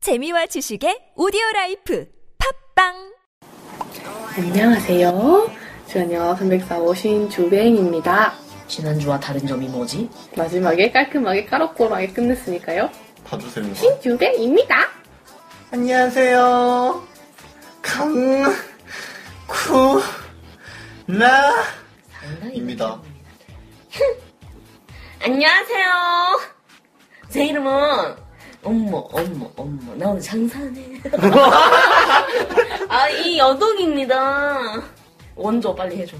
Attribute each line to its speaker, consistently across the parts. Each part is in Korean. Speaker 1: 재미와 지식의 오디오 라이프 팝빵!
Speaker 2: 안녕하세요. 저녁 304호 신주뱅입니다.
Speaker 3: 지난주와 다른 점이 뭐지?
Speaker 2: 마지막에 깔끔하게 까로꼬하게 끝냈으니까요.
Speaker 4: 봐주세요.
Speaker 3: 네?
Speaker 2: 신주뱅입니다.
Speaker 4: 안녕하세요. 강, 쿠, 라.
Speaker 3: 상당히
Speaker 4: 입니다.
Speaker 3: 안녕하세요. 제 이름은 엄마, 엄마, 엄마. 나 오늘 장사네. 아, 이 여동입니다. 원조 빨리 해줘.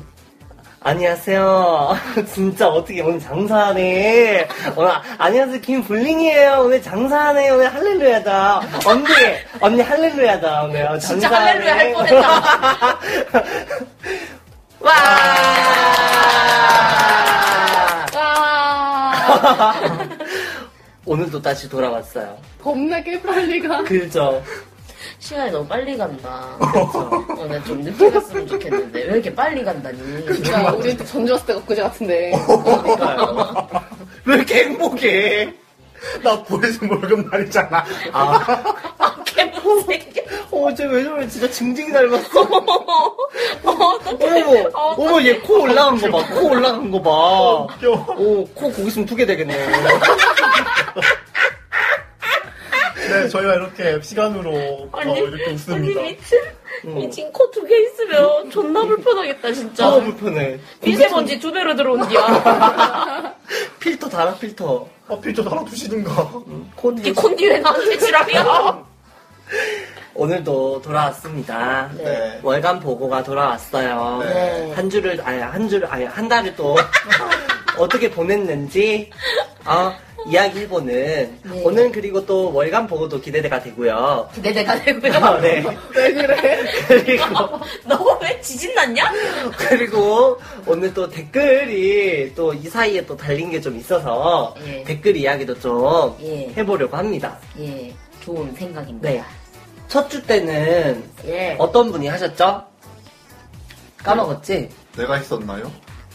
Speaker 5: 안녕하세요. 진짜 어떻게 오늘 장사하네. 오늘 아- 안녕하세요. 김블링이에요. 오늘 장사하네. 오늘 할렐루야다. 언니, 언니 할렐루야다. 오늘 장사하네.
Speaker 3: 진짜 할렐루야 할 뻔했다.
Speaker 5: 와!
Speaker 2: 와,
Speaker 5: 오늘도 다시 돌아왔어요.
Speaker 2: 겁나게 빨리가.
Speaker 5: 그죠?
Speaker 3: 시간이 너무 빨리 간다. 어, 나 좀 늦게 갔으면 좋겠는데. 왜 이렇게 빨리 간다니?
Speaker 4: 그러니까.
Speaker 2: 야, 우리 전주 왔을 때가 그제 같은데.
Speaker 5: 그러니까요. 왜 이렇게 행복해?
Speaker 4: 나 보여준 월급날이잖아.
Speaker 5: 아,
Speaker 3: 개못생겨.
Speaker 5: 어제 왜 저래? 진짜 징징이 닮았어.
Speaker 3: 어떡해.
Speaker 5: 어머,
Speaker 3: 어,
Speaker 5: 어머, 얘 코 올라간 거 봐, 코 올라간 거 봐.
Speaker 4: 웃겨.
Speaker 5: 오, 코 고기 있으면 두 개 되겠네.
Speaker 4: 네, 저희가 이렇게 시간으로 어,
Speaker 3: 아니,
Speaker 4: 이렇게 웃습니다. 어.
Speaker 3: 아니 미친 미친 코 두 개 있으면 존나 불편하겠다 진짜.
Speaker 4: 어, 뭐,
Speaker 5: 아, 불편해.
Speaker 3: 미세먼지 두 배로 들어온디야.
Speaker 5: 필터 달아, 필터.
Speaker 4: 하필 어, 좀 하나 두시든가.
Speaker 3: 이
Speaker 5: 코디.
Speaker 3: 콘디 왜 나한테 지랄이야?
Speaker 5: 오늘도 돌아왔습니다.
Speaker 4: 네.
Speaker 5: 월간 보고가 돌아왔어요.
Speaker 4: 네.
Speaker 5: 한 주를, 아니, 한 주를, 아니, 한 달을 또 어떻게 보냈는지, 아, 이야기 해보는. 오늘 그리고 또 월간 보고도 기대가 되고요.
Speaker 3: 기대가
Speaker 5: 아,
Speaker 3: 네, 되고요.
Speaker 5: 네.
Speaker 2: 왜 그래?
Speaker 5: 그리고.
Speaker 3: 너 왜 지진났냐?
Speaker 5: 그리고 오늘 또 댓글이 또 이 사이에 또 달린 게 좀 있어서
Speaker 3: 예.
Speaker 5: 댓글 이야기도 좀
Speaker 3: 예.
Speaker 5: 해보려고 합니다.
Speaker 3: 예, 좋은 생각입니다.
Speaker 5: 네. 첫 주 때는
Speaker 3: 예.
Speaker 5: 어떤 분이 하셨죠? 까먹었지?
Speaker 4: 내가 했었나요?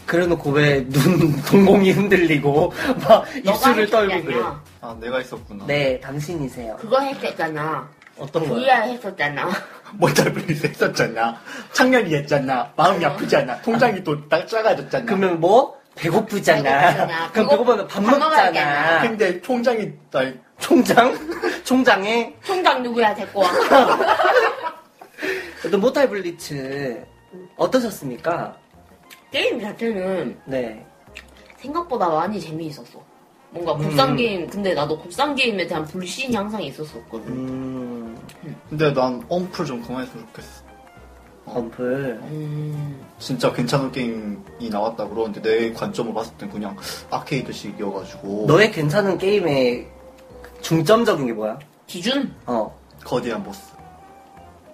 Speaker 5: 그래놓고 왜 눈 동공이 흔들리고 막
Speaker 3: 너가
Speaker 5: 입술을 떨고 그래.
Speaker 3: 했었잖아.
Speaker 4: 아, 내가 했었구나.
Speaker 5: 네, 당신이세요.
Speaker 3: 그거 했었잖아.
Speaker 5: 어떤 거요?
Speaker 3: VR 했었잖아.
Speaker 4: 먼저 블리스 했었잖아. 창렬이 했잖아. 마음이 아프잖아. 통장이 또 딱 작아졌잖아.
Speaker 5: 그러면 뭐
Speaker 3: 배고프잖아.
Speaker 5: 배고프잖아. 그럼 배고프면
Speaker 3: 밥
Speaker 5: 밥
Speaker 3: 먹어야
Speaker 5: 먹잖아.
Speaker 3: 되잖아.
Speaker 4: 근데 총장이, 아니,
Speaker 5: 총장? 총장에
Speaker 3: 총장 누구야 데리고 와.
Speaker 5: 또 모탈 블리츠 어떠셨습니까?
Speaker 3: 게임 자체는
Speaker 5: 네.
Speaker 3: 생각보다 많이 재미있었어. 뭔가 국산
Speaker 5: 음.
Speaker 3: 게임, 근데 나도 국산 게임에 대한 불신이 항상 있었었거든.
Speaker 5: 음,
Speaker 4: 근데 난 엄플 좀 그만했으면 좋겠어.
Speaker 5: 검플.
Speaker 3: 음.
Speaker 4: 진짜 괜찮은 게임이 나왔다 그러는데 내 관점으로 봤을 땐 그냥 아케이드식이어가지고
Speaker 5: 너의 괜찮은 게임의 중점적인 게 뭐야?
Speaker 3: 기준?
Speaker 5: 어.
Speaker 4: 거대한 보스.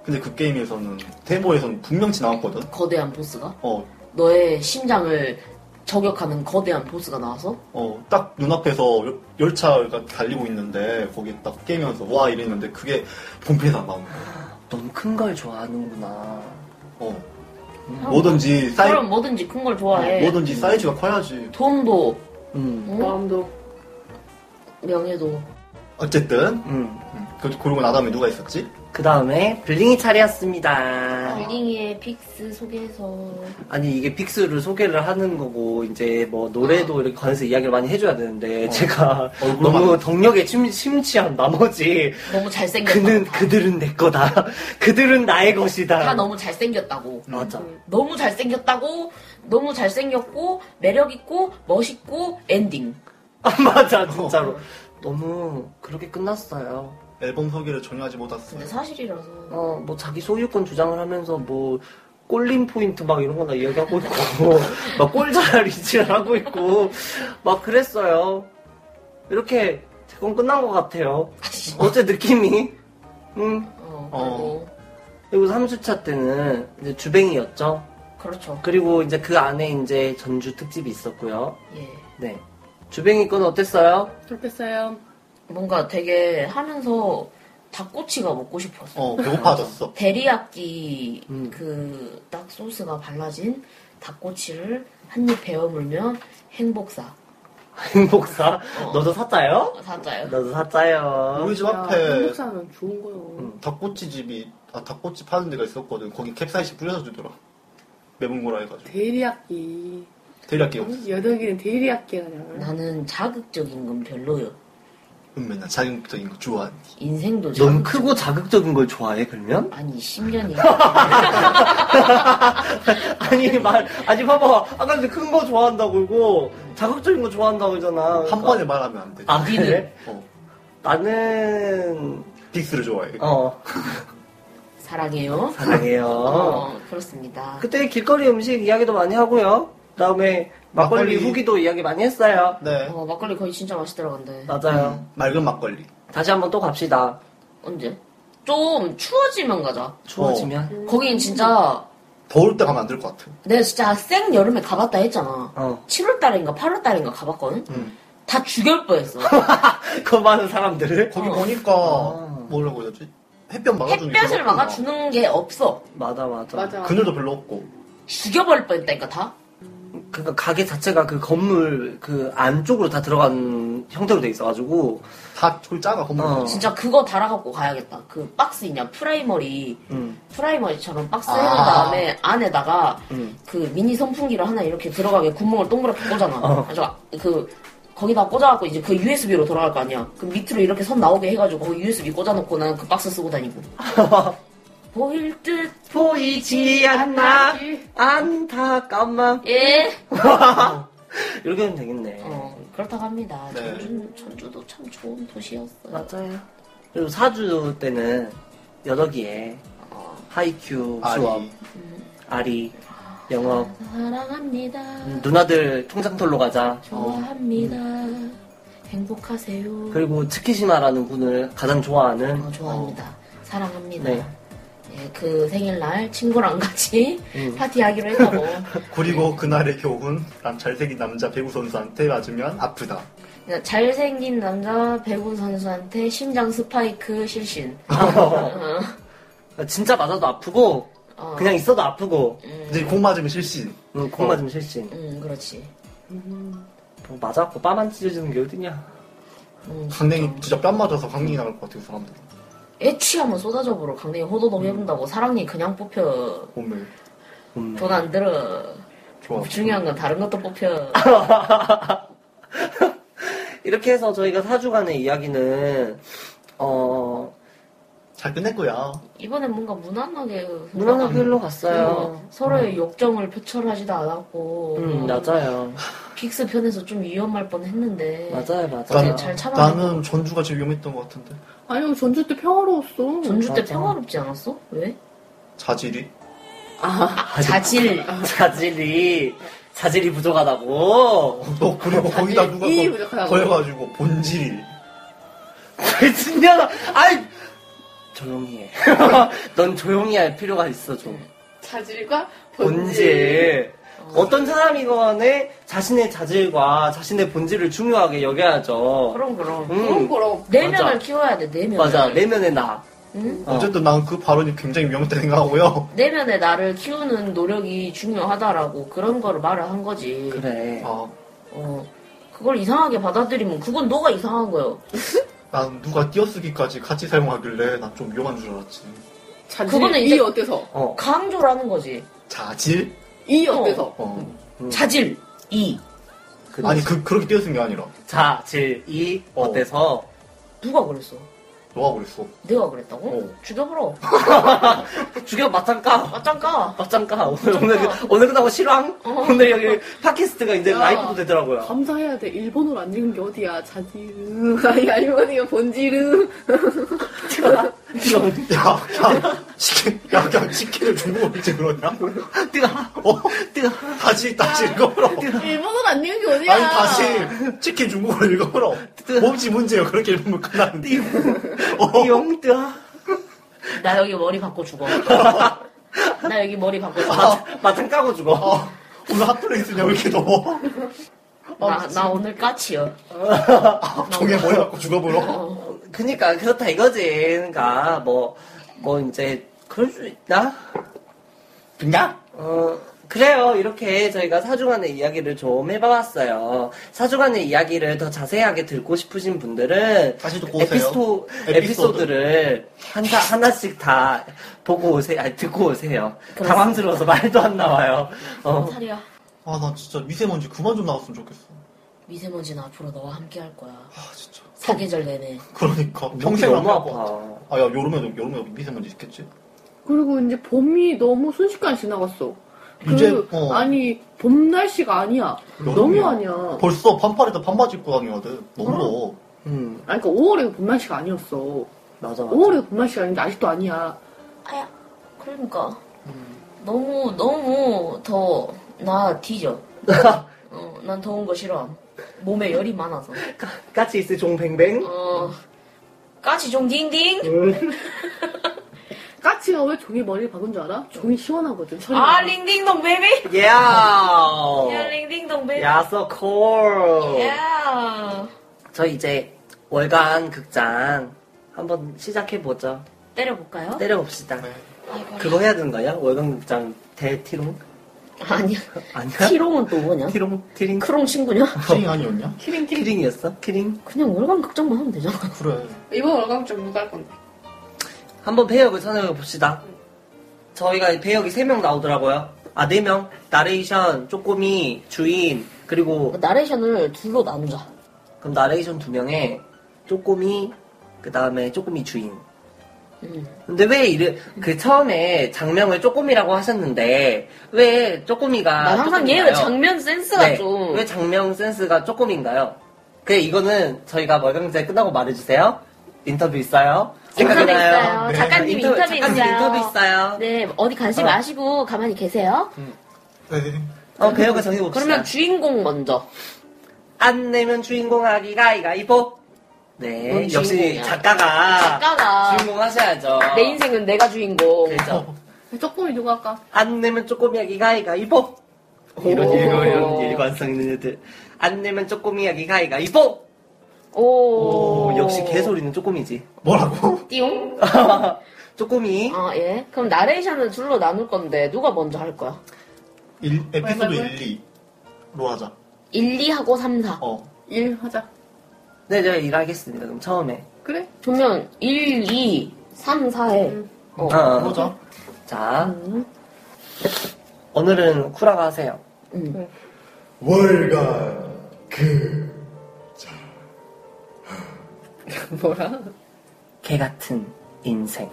Speaker 4: 근데 그 게임에서는 데모에서는 분명치 나왔거든.
Speaker 3: 거대한 보스가?
Speaker 4: 어,
Speaker 3: 너의 심장을 저격하는 거대한 보스가 나와서?
Speaker 4: 어, 딱 눈앞에서 열- 열차가 달리고 있는데 거기 딱 깨면서 와 이랬는데 그게 본편에서 안 나오는 거야.
Speaker 5: 너무 큰 걸 좋아하는구나.
Speaker 4: 어, 뭐든지 사이 네,
Speaker 3: 그럼 뭐든지 큰 걸 좋아해.
Speaker 4: 뭐든지 사이즈가 커야지.
Speaker 3: 돈도,
Speaker 5: 음.
Speaker 3: 응?
Speaker 2: 마음도.
Speaker 3: 명예도.
Speaker 4: 어쨌든
Speaker 5: 음.
Speaker 4: 음, 그, 그러고 나 다음에 누가 있었지?
Speaker 5: 그 다음에 블링이 차례였습니다.
Speaker 3: 빌링이의 픽스 속에서.
Speaker 5: 아니 이게 픽스를 소개를 하는 거고 이제 뭐 노래도 이렇게 관해서 이야기를 많이 해줘야 되는데
Speaker 4: 어.
Speaker 5: 제가
Speaker 4: 얼굴만
Speaker 5: 너무
Speaker 4: 해서.
Speaker 5: 덕력에 침, 침취한 나머지
Speaker 3: 너무 잘생겼다.
Speaker 5: 그는
Speaker 3: 다,
Speaker 5: 그들은 내 거다. 그들은 나의 것이다.
Speaker 3: 다 너무 잘생겼다고.
Speaker 5: 맞아.
Speaker 3: 너무 잘생겼다고, 너무 잘생겼고, 매력있고, 멋있고, 엔딩.
Speaker 5: 아, 맞아 진짜로.
Speaker 4: 어.
Speaker 5: 너무 그렇게 끝났어요.
Speaker 4: 앨범 소개를 전혀 하지 못했어.
Speaker 3: 근데 사실이라서.
Speaker 5: 어, 뭐 자기 소유권 주장을 하면서 뭐 꼴림 포인트 막 이런 거나 이야기하고 있고 막 꼴자라 리치를 하고 있고 막 그랬어요. 이렇게 제건 끝난 것 같아요. 어제 느낌이 음
Speaker 3: 어,
Speaker 4: 어.
Speaker 3: 그리고
Speaker 5: 그리고 3주차 때는 이제 주뱅이였죠.
Speaker 4: 어.
Speaker 3: 그렇죠.
Speaker 5: 그리고 이제 그 안에 이제 전주 특집이 있었고요.
Speaker 3: 예.
Speaker 5: 네. 주뱅이 건 어땠어요?
Speaker 2: 좋겠어요.
Speaker 3: 뭔가 되게 하면서 닭꼬치가 먹고 싶었어.
Speaker 4: 어, 배고파졌어.
Speaker 3: 데리야끼
Speaker 5: 음.
Speaker 3: 그 딱 소스가 발라진 닭꼬치를 한 입 베어물면 행복사.
Speaker 5: 행복사? 너도 사짜요?
Speaker 3: 어, 사짜요.
Speaker 5: 너도 사짜요.
Speaker 3: 아,
Speaker 4: 우리 그 집 앞에 음,
Speaker 2: 한국사는 좋은 거요.
Speaker 4: 닭꼬치 집이 아 닭꼬치 파는 데가 있었거든. 거기 캡사이신 뿌려서 주더라. 매운거라 해가지고
Speaker 2: 데일리학기.
Speaker 4: 대략 음
Speaker 2: 여덟 개는 데일리학기라냐.
Speaker 3: 나는 자극적인 건 별로요.
Speaker 4: 음, 맨날 자극적인 거 좋아하니.
Speaker 3: 인생도 자극.
Speaker 5: 넌 크고 자극적인 걸 좋아해, 그러면?
Speaker 3: 아니 10년이
Speaker 5: 아니, 말, 아니, 봐봐. 아까 전에 큰 거 좋아한다고 그러고, 자극적인 거 좋아한다고 그러잖아.
Speaker 4: 한 번에 말하면 안 돼.
Speaker 5: 아, 그래?
Speaker 4: 어.
Speaker 5: 나는,
Speaker 4: 빅스를 좋아해.
Speaker 5: 어,
Speaker 3: 사랑해요.
Speaker 5: 사랑해요.
Speaker 3: 어, 그렇습니다.
Speaker 5: 그때 길거리 음식 이야기도 많이 하고요. 그 다음에 막걸리,
Speaker 4: 막걸리.
Speaker 5: 후기도 이야기 많이 했어요.
Speaker 4: 네.
Speaker 3: 어, 막걸리 거의 진짜 맛있더라는데.
Speaker 5: 맞아요.
Speaker 4: 음, 맑은 막걸리.
Speaker 5: 다시 한번 또 갑시다.
Speaker 3: 언제? 좀 추워지면 가자.
Speaker 5: 추워지면.
Speaker 3: 거긴 진짜
Speaker 4: 더울 때 가면 안 될 것 같아.
Speaker 3: 내가 진짜 생 여름에 가봤다 했잖아.
Speaker 5: 어.
Speaker 3: 7월달인가 8월달인가 가봤거든.
Speaker 4: 음.
Speaker 3: 다 죽일 뻔했어.
Speaker 5: 그 많은 사람들을.
Speaker 4: 거기
Speaker 3: 어.
Speaker 4: 보니까
Speaker 5: 아.
Speaker 4: 뭐라고 해야 되지? 햇볕 막아주는 게
Speaker 3: 햇볕을
Speaker 4: 없구나.
Speaker 3: 막아주는 게 없어.
Speaker 5: 맞아, 맞아.
Speaker 2: 맞아.
Speaker 4: 그늘도 별로 없고.
Speaker 3: 죽여버릴 뻔했다니까 다.
Speaker 5: 그러니까 가게 자체가 그 건물 그 안쪽으로 다 들어간 형태로 돼 있어가지고
Speaker 4: 다 저기 작아 건물.
Speaker 5: 어.
Speaker 3: 진짜 그거 달아갖고 가야겠다. 그 박스 있냐 프라이머리
Speaker 5: 음.
Speaker 3: 프라이머리처럼 박스
Speaker 4: 아.
Speaker 3: 해놓은 다음에 안에다가
Speaker 5: 음.
Speaker 3: 그 미니 선풍기를 하나 이렇게 들어가게 구멍을 동그랗게 꽂아놔.
Speaker 5: 어.
Speaker 3: 그래서 그 거기다 꽂아갖고 이제 그 USB로 돌아갈 거 아니야. 그 밑으로 이렇게 선 나오게 해가지고 거기 USB 꽂아놓고 나는 그 박스 쓰고 다니고. 보일 듯
Speaker 5: 보이지 않나 안타까만
Speaker 3: 예.
Speaker 5: 이렇게 하면 되겠네
Speaker 3: 어 그렇다고 합니다.
Speaker 4: 네.
Speaker 3: 전주 전주도 참 좋은 도시였어요.
Speaker 5: 맞아요 그리고 사주 때는 여덕이에
Speaker 3: 어,
Speaker 5: 하이큐
Speaker 4: 아리.
Speaker 5: 수업 아리 영업
Speaker 3: 사랑합니다.
Speaker 5: 음, 누나들 통장털로 가자
Speaker 3: 좋아합니다. 행복하세요.
Speaker 5: 음. 그리고 츠키시마라는 분을 가장 좋아하는
Speaker 3: 어, 좋아합니다. 사랑합니다.
Speaker 5: 네.
Speaker 3: 예, 그 생일날 친구랑 같이
Speaker 5: 음.
Speaker 3: 파티하기로 했다고.
Speaker 4: 그리고 그날의 교훈, 남 잘생긴 남자 배구 선수한테 맞으면 아프다.
Speaker 3: 그냥 그러니까 잘생긴 남자 배구 선수한테 심장 스파이크 실신.
Speaker 5: 어, 진짜 맞아도 아프고
Speaker 3: 어,
Speaker 5: 그냥 있어도 아프고
Speaker 4: 이제 공 맞으면 실신.
Speaker 5: 음, 콩 맞으면 실신
Speaker 3: 음, 그렇지.
Speaker 5: 뭐 맞아갖고 빠만 찢어지는 게 어디냐
Speaker 3: 음,
Speaker 4: 강냉이 진짜 뺨 맞아서 강냉이 나올 것 같아요, 그 사람들.
Speaker 3: 애취 한번 쏟아져 보러 강냉이 호도독 해본다고 사랑니 그냥 뽑혀.
Speaker 4: 몸매.
Speaker 5: 없네.
Speaker 3: 돈 안 들어. 뭐
Speaker 4: 좋아.
Speaker 3: 중요한 건 다른 것도 뽑혀.
Speaker 5: 이렇게 해서 저희가 4주간의 이야기는 어
Speaker 4: 잘 끝낼 거야.
Speaker 3: 이번엔 뭔가 무난하게.
Speaker 5: 무난하게 흘러갔어요.
Speaker 3: 흘러갔어요. 서로의 욕정을 표출하지도 않았고.
Speaker 5: 음 맞아요,
Speaker 3: 빅스 편에서 좀 위험할 뻔 했는데.
Speaker 5: 맞아요, 맞아요.
Speaker 3: 잘 참아.
Speaker 4: 나는 전주가 제일 위험했던 것 같은데.
Speaker 2: 아니요, 전주 때 평화로웠어.
Speaker 3: 전주 때
Speaker 5: 맞아.
Speaker 3: 평화롭지 않았어? 왜?
Speaker 4: 자질이.
Speaker 3: 아, 자질.
Speaker 5: 자질이 자질이 부족하다고.
Speaker 4: 또 그리고 거기다 누가
Speaker 2: 자질이
Speaker 4: 더-
Speaker 2: 부족하다고.
Speaker 4: 더해가지고 본질이.
Speaker 5: 진짜 아이 조용히 해. 넌 조용히 할 필요가 있어 좀.
Speaker 2: 자질과 본질.
Speaker 5: 본질. 어떤 사람이건에 자신의 자질과 자신의 본질을 중요하게 여겨야죠.
Speaker 3: 그럼 그럼.
Speaker 5: 음.
Speaker 2: 그런 거라고
Speaker 3: 내면을
Speaker 5: 맞아.
Speaker 3: 키워야 돼. 내면.
Speaker 5: 맞아 내면의 나.
Speaker 3: 응?
Speaker 5: 어.
Speaker 4: 어쨌든 난 그 발언이 굉장히 위험했다 생각하고요.
Speaker 3: 내면의 나를 키우는 노력이 중요하다라고 그런 거를 말을 한 거지.
Speaker 5: 그래.
Speaker 4: 아,
Speaker 3: 어. 그걸 이상하게 받아들이면 그건 너가 이상한 거예요.
Speaker 4: 난 누가 띄어쓰기까지 같이 사용하길래 난 좀 위험한 줄 알았지.
Speaker 2: 자질.
Speaker 3: 그거는
Speaker 2: 이
Speaker 3: 이제-
Speaker 2: 어때서?
Speaker 5: 어.
Speaker 3: 강조라는 거지.
Speaker 4: 자질?
Speaker 2: 이 어때서?
Speaker 4: 어.
Speaker 5: 음.
Speaker 3: 자질. 이.
Speaker 5: 그-
Speaker 4: 아니, 그, 그렇게 띄어쓴 게 아니라.
Speaker 5: 자질이
Speaker 4: 어.
Speaker 5: 어때서?
Speaker 3: 누가 그랬어?
Speaker 4: 너가 그랬어.
Speaker 3: 내가 그랬다고?
Speaker 4: 어.
Speaker 3: 죽여버려. 아,
Speaker 5: 죽여 맞짱까
Speaker 3: 맞짱까.
Speaker 5: 맞짱까 오늘 오늘 그- 오늘 끝나고 실황 오늘 여기 팟캐스트가 이제
Speaker 2: 야.
Speaker 5: 라이브도 되더라고요
Speaker 2: 감사해야 돼. 일본어로 안 읽은 게 어디야. 자질은. 아니, 아니면 본질은.
Speaker 4: 야, 야, 치킨, 야, 그냥 치킨을 중국어로 이제 그러냐?
Speaker 5: 뜨거
Speaker 4: 어?
Speaker 5: 뜨거
Speaker 4: 다시, 다시 읽어보라.
Speaker 2: 일본어로 안 읽은 게 어디야.
Speaker 4: 아니, 다시 치킨 중국어로 읽어보라. 몸지 문제요. 그렇게 읽으면 끝나는데. 어.
Speaker 5: 띠용 아, 뜨거
Speaker 3: 나 여기 머리 박고 죽어. 나 여기 머리 박고 죽어.
Speaker 5: 맞- 맞짱 까고 죽어
Speaker 4: 어, 오늘 핫플레이스냐고 이렇게 넣어.
Speaker 3: 나, 나 오늘 까치요.
Speaker 4: 아, 종에 머리 맞고 죽어보러.
Speaker 5: 그니까 그렇다 이거지 그니까 뭐 뭐 이제 그럴 수 있나
Speaker 4: 그냥?
Speaker 5: 어 그래요. 이렇게 저희가 사주간의 이야기를 좀 해봐봤어요. 사주간의 이야기를 더 자세하게 듣고 싶으신 분들은
Speaker 4: 다시 듣고 오세요.
Speaker 5: 에피소,
Speaker 4: 에피소드.
Speaker 5: 에피소드를 하나, 하나씩 다 보고 오세요. 아니, 듣고 오세요.
Speaker 3: 그렇습니다.
Speaker 5: 당황스러워서 말도 안 나와요. 어.
Speaker 3: 살이야.
Speaker 4: 아, 나 진짜 미세먼지 그만 좀 나왔으면 좋겠어.
Speaker 3: 미세먼지는 앞으로 너와 함께 할 거야.
Speaker 4: 아, 진짜.
Speaker 3: 사계절 내내.
Speaker 4: 그러니까. 평생
Speaker 5: 너무
Speaker 4: 안 해볼 것
Speaker 5: 아파.
Speaker 4: 같아. 아, 야, 여름에도, 여름에도 미세먼지 있겠지?
Speaker 2: 그리고 이제 봄이 너무 순식간에 지나갔어.
Speaker 4: 이제,
Speaker 2: 그리고
Speaker 4: 어.
Speaker 2: 아니 봄 날씨가 아니야. 너무
Speaker 4: 여름이야.
Speaker 2: 아니야.
Speaker 4: 벌써 반팔에다 반바지 입고 다녀거든. 너무 더워.
Speaker 5: 음,
Speaker 2: 아니 그러니까 5월에 봄 날씨가 아니었어.
Speaker 5: 맞아, 맞아.
Speaker 2: 5월에 봄 날씨가 아닌데 아직도 아니야.
Speaker 3: 아야. 그러니까. 너무, 너무 더, 나 뒤져. 어, 난 더운 거 싫어. 몸에 열이 많아서.
Speaker 5: 까치 있을 종뱅뱅?
Speaker 3: 어, 까치 좀 딩딩?
Speaker 2: 까치가 왜 종이 머리를 박은 줄 알아? 종이 시원하거든. 철이
Speaker 3: 아, 링딩동 베이비? 야,
Speaker 5: Yeah!
Speaker 3: 링딩동 베이비.
Speaker 5: Yeah, so cool!
Speaker 3: 야.
Speaker 5: 저 이제 월간 극장 한번 시작해보죠.
Speaker 3: 때려볼까요?
Speaker 5: 때려봅시다.
Speaker 4: 네.
Speaker 3: 아이고.
Speaker 5: 그거 해야 되는 거야? 월간 극장 대티롱?
Speaker 3: 아니야.
Speaker 4: 네?
Speaker 3: 그
Speaker 5: 아니야?
Speaker 3: 티롱은 또 뭐냐?
Speaker 5: 티롱? 티링?
Speaker 3: 크롱 친구냐?
Speaker 4: 킹 아니었냐?
Speaker 2: 키링 키링.
Speaker 5: 키링이었어? 키링?
Speaker 3: 그냥 월간 극장만 뭐. 하면 되잖아.
Speaker 4: 그래.
Speaker 2: 이번 월광 좀 누가 할 건데?
Speaker 5: 한번 배역을 찾아봅시다. 저희가 배역이 3명 나오더라고요. 아, 4명. 나레이션, 쪼꼬미, 주인, 그리고,
Speaker 3: 나레이션을 둘로 나누자.
Speaker 5: 그럼 나레이션 2명에 쪼꼬미, 그 다음에 쪼꼬미 주인.
Speaker 3: 음.
Speaker 5: 근데 왜 이래, 그 처음에 장명을 쪼꼬미라고 하셨는데, 왜 쪼꼬미가.
Speaker 3: 난 항상 얘
Speaker 5: 쪼꼬미인가요?
Speaker 3: 의 장면 센스가
Speaker 5: 아, 네.
Speaker 3: 좀.
Speaker 5: 왜 장명 센스가 쪼꼬미인가요? 그래, 이거는 저희가 월경제 끝나고 말해주세요. 인터뷰 있어요.
Speaker 3: 인터뷰
Speaker 5: 생각나요?
Speaker 4: 네.
Speaker 3: 있어요. 작가님 인터뷰,
Speaker 5: 작가님
Speaker 3: 있어요.
Speaker 5: 인터뷰 있어요.
Speaker 3: 네, 어디 가지
Speaker 5: 어.
Speaker 3: 마시고 가만히 계세요.
Speaker 4: 네.
Speaker 5: 어, 배역을 정해봅시다.
Speaker 3: 그러면 주인공 먼저.
Speaker 5: 안 내면 주인공 하기가 이가이보. 네,
Speaker 3: 뭔
Speaker 5: 역시
Speaker 3: 주인공이야?
Speaker 5: 작가가,
Speaker 3: 작가가.
Speaker 5: 아. 주인공 하셔야죠.
Speaker 3: 내 인생은 뭐. 내가 주인공.
Speaker 5: 그렇죠.
Speaker 2: 조금이 누가 할까?
Speaker 5: 안 내면 쪼꼬미 하기가 이가이보. 이런
Speaker 3: 오.
Speaker 5: 이런 이런 일관성 있는 애들. 안 내면 쪼꼬미 하기가 이가이보.
Speaker 3: 오.
Speaker 5: 오, 역시 개소리는 쪼꼬미지.
Speaker 4: 뭐라고?
Speaker 3: 띠용?
Speaker 5: 쪼꼬미.
Speaker 3: 아, 예. 그럼 나레이션은 둘로 나눌 건데, 누가 먼저 할 거야?
Speaker 4: 일, 에피소드
Speaker 2: 뭐야, 뭐야?
Speaker 4: 1, 2로 하자.
Speaker 3: 1, 2하고 3, 4.
Speaker 4: 어.
Speaker 2: 일 하자.
Speaker 5: 네, 제가 일하겠습니다. 그럼 처음에.
Speaker 2: 그래?
Speaker 3: 그러면 1, 2, 3, 4해. 어.
Speaker 5: 어.
Speaker 4: 그러자.
Speaker 5: 자, 오늘은 쿠라가 하세요.
Speaker 3: 음.
Speaker 4: 월간.
Speaker 2: 뭐라?
Speaker 5: 개 같은 인생.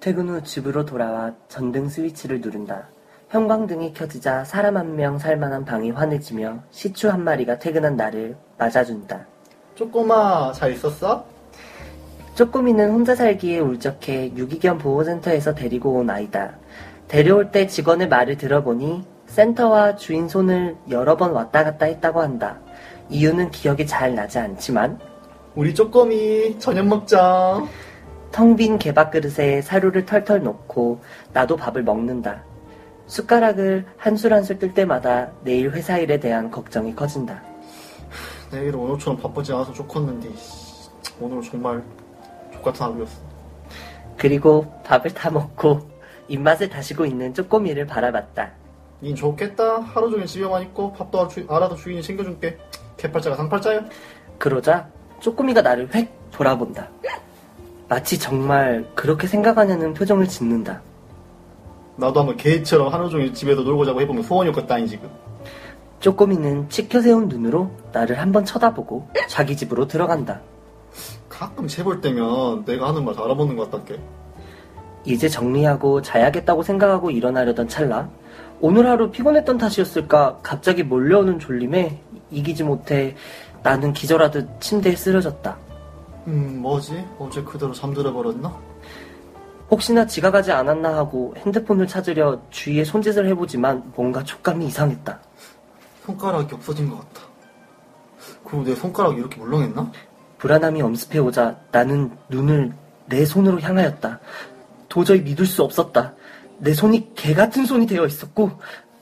Speaker 5: 퇴근 후 집으로 돌아와 전등 스위치를 누른다. 형광등이 켜지자 사람 한 명 살만한 방이 환해지며 시추 한 마리가 퇴근한 나를 맞아준다.
Speaker 4: 쪼꼬마, 잘 있었어?
Speaker 5: 쪼꼬미는 혼자 살기에 울적해 유기견 보호센터에서 데리고 온 아이다. 데려올 때 직원의 말을 들어보니 센터와 주인 손을 여러 번 왔다 갔다 했다고 한다. 이유는 기억이 잘 나지 않지만
Speaker 4: 우리 쪼꼬미, 저녁 먹자.
Speaker 5: 텅 빈 개밥그릇에 사료를 털털 넣고 나도 밥을 먹는다. 숟가락을 한 술 한 술 뜰 때마다 내일 회사 일에 대한 걱정이 커진다.
Speaker 4: 내일 오늘처럼 바쁘지 않아서 좋겠는데, 씨, 오늘은 정말 족같은 하루였어.
Speaker 5: 그리고 밥을 다 먹고 입맛을 다시고 있는 쪼꼬미를 바라봤다.
Speaker 4: 닌 좋겠다. 하루 종일 집에만 있고, 밥도 주- 알아서 주인이 챙겨줄게. 개팔자가 상팔자야?
Speaker 5: 그러자 쪼꼬미가 나를 획 돌아본다. 마치 정말 그렇게 생각하냐는 표정을 짓는다.
Speaker 4: 나도 한번 개처럼 하루 종일 집에서 놀고 자고 해보면 소원이 없겠다니 지금.
Speaker 5: 쪼꼬미는 치켜세운 눈으로 나를 한번 쳐다보고 자기 집으로 들어간다.
Speaker 4: 가끔 재볼 때면 내가 하는 말 다 알아보는 것 같단게.
Speaker 5: 이제 정리하고 자야겠다고 생각하고 일어나려던 찰나 오늘 하루 피곤했던 탓이었을까 갑자기 몰려오는 졸림에 이기지 못해 나는 기절하듯 침대에 쓰러졌다.
Speaker 4: 음, 뭐지? 어제 그대로 잠들어 버렸나?
Speaker 5: 혹시나 지가 가지 않았나 하고 핸드폰을 찾으려 주위에 손짓을 해보지만 뭔가 촉감이 이상했다.
Speaker 4: 손가락이 없어진 것 같다. 그리고 내 손가락이 이렇게 물렁했나?
Speaker 5: 불안함이 엄습해오자 나는 눈을 내 손으로 향하였다. 도저히 믿을 수 없었다. 내 손이 개 같은 손이 되어 있었고